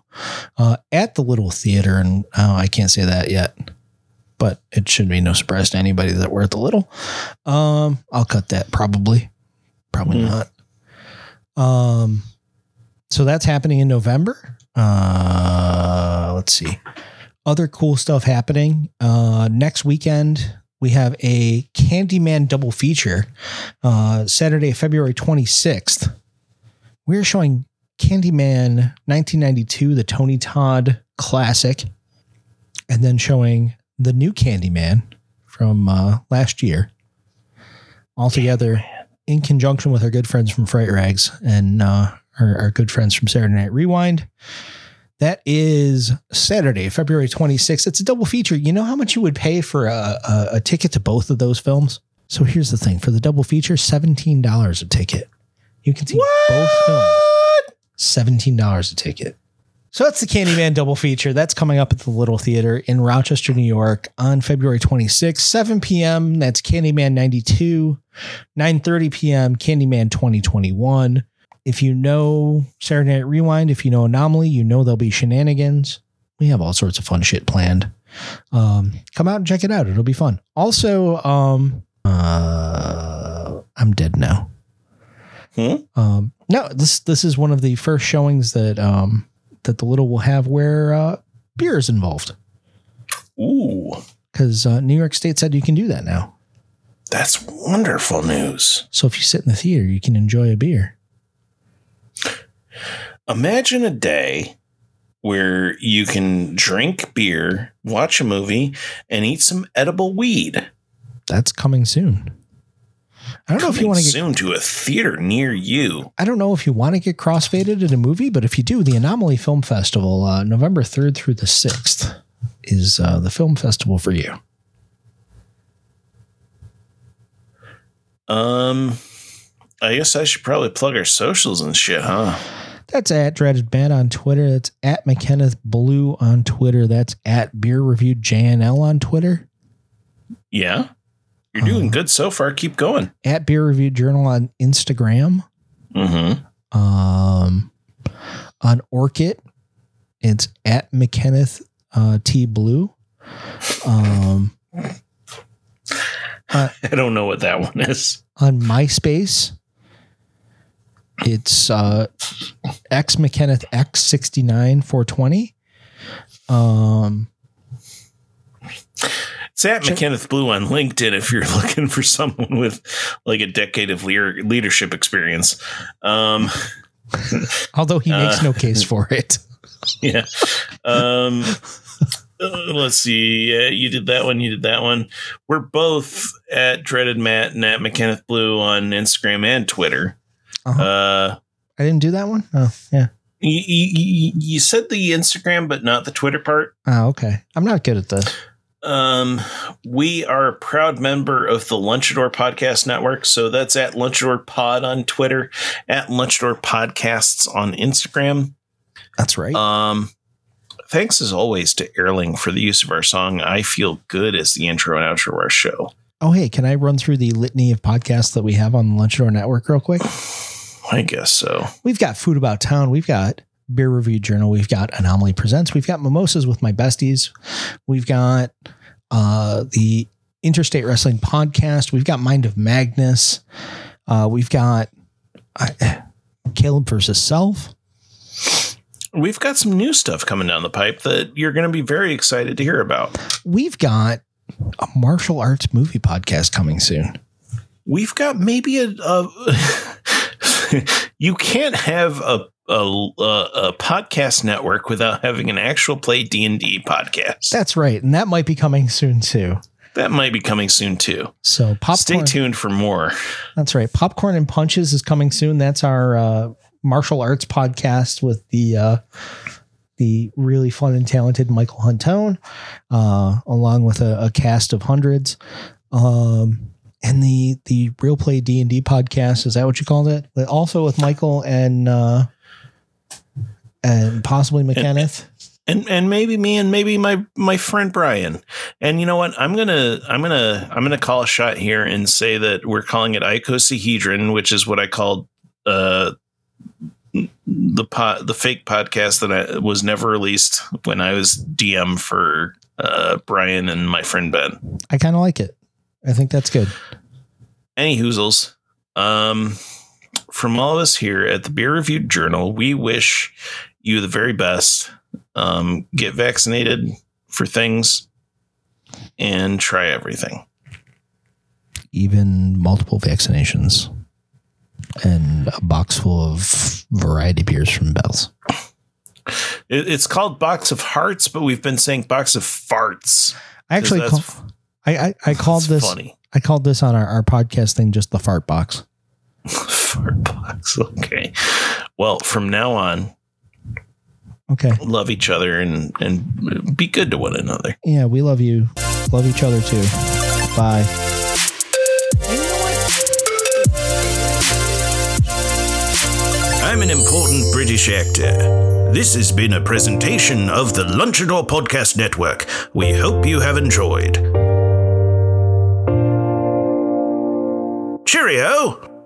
uh, at the Little Theater. And oh, I can't say that yet, but it should be no surprise to anybody that we're at the Little. Um, I'll cut that probably. Probably not. Um, so that's happening in November. Uh, let's see other cool stuff happening. Uh, next weekend, we have a Candyman double feature. Uh, Saturday, February 26th, we're showing Candyman 1992, the Tony Todd classic, and then showing the new Candyman from uh, last year. All together in conjunction with our good friends from Fright Rags and uh, our, our good friends from Saturday Night Rewind. That is Saturday, February 26th. It's a double feature. You know how much you would pay for a, a, a ticket to both of those films? So here's the thing for the double feature, $17 a ticket. You can see both films. $17 a ticket. So that's the Candyman double feature. That's coming up at the Little Theater in Rochester, New York on February 26th, 7 p.m. That's Candyman 92, 9.30 p.m. Candyman 2021 if you know Saturday Night Rewind, if you know Anomaly, you know there'll be shenanigans. We have all sorts of fun shit planned. Um, come out and check it out. It'll be fun. Also, um, uh, I'm dead now. Hmm? Um, no, this this is one of the first showings that um, that the little will have where uh, beer is involved Ooh, because uh, New York State said you can do that now. that's wonderful news. So if you sit in the theater, you can enjoy a beer. Imagine a day where you can drink beer, watch a movie, and eat some edible weed. That's coming soon. I don't know if you Coming want to get soon to a theater near you. I don't know if you want to get crossfaded in a movie, but if you do, the Anomaly Film Festival, uh, November 3rd through the 6th, is uh, the film festival for you. Um, I guess I should probably plug our socials and shit, huh? That's at Dreaded Man on Twitter. That's at McKenneth Blue on Twitter. That's at Beer Review JNL on Twitter. Yeah, you're doing good so far. Keep going. At Beer Review Journal on Instagram. Mm-hmm. Um, on Orchid, it's at McKenneth uh, T Blue. Um, I don't know what that one is. on MySpace. It's uh, X McKenneth X sixty nine four twenty. Um, It's at McKenneth Blue on LinkedIn if you're looking for someone with like a decade of lear- leadership experience. Um, although he makes no case for it. yeah. Um, uh, let's see. Yeah, you did that one. You did that one. We're both at Dreaded Matt and at McKenneth Blue on Instagram and Twitter. Uh-huh. Uh, I didn't do that one. Oh yeah. you, you, you said the Instagram, but not the Twitter part. Oh okay. I'm not good at this. Um, we are a proud member of the Lunchador Podcast Network. So that's at Lunchador Pod on Twitter, at Lunchador Podcasts on Instagram. That's right. Um, thanks as always to Erling for the use of our song I Feel Good as the intro and outro of our show. oh hey, can I run through the litany of podcasts that we have on the Lunch Door Network real quick? I guess so. We've got Food About Town. We've got Beer Review Journal. We've got Anomaly Presents. We've got Mimosas with My Besties. We've got uh, the Interstate Wrestling Podcast. We've got Mind of Magnus. Uh, we've got uh, Caleb versus Self. we've got some new stuff coming down the pipe that you're going to be very excited to hear about. We've got a martial arts movie podcast coming soon. We've got maybe a. a you can't have a, a a a podcast network without having an actual play D and D podcast. That's right, and that might be coming soon too. That might be coming soon too. So popcorn. Stay tuned for more. That's right. Popcorn and Punches is coming soon. That's our uh, martial arts podcast with the uh, the really fun and talented Michael Huntone, uh, along with a, a cast of hundreds. Um, and the the real play D and D podcast is that what you called it? But Also with Michael and uh, and possibly McKenneth. and and maybe me and maybe my my friend Brian. And you know what? I'm gonna I'm gonna I'm gonna call a shot here and say that we're calling it icosahedron, which is what I called uh, the pot the fake podcast that I, was never released when I was DM for uh, Brian and my friend Ben. I kind of like it. I think that's good. Any hoozles. Um, from all of us here at the Beer Review Journal, we wish you the very best. Um, get vaccinated for things and try everything. Even multiple vaccinations and a box full of variety beers from Bell's. It, it's called Box of Hearts, but we've been saying Box of Farts. I actually That's- call, I, I I called That's this funny. I called this on our, our podcast thing just the fart box. Fart box. Okay. Well, from now on, Okay. love each other and and be good to one another. Yeah, we love you. Love each other too. Bye. I'm an important British actor. This has been a presentation of the Lunchador Podcast Network. We hope you have enjoyed. Cheerio!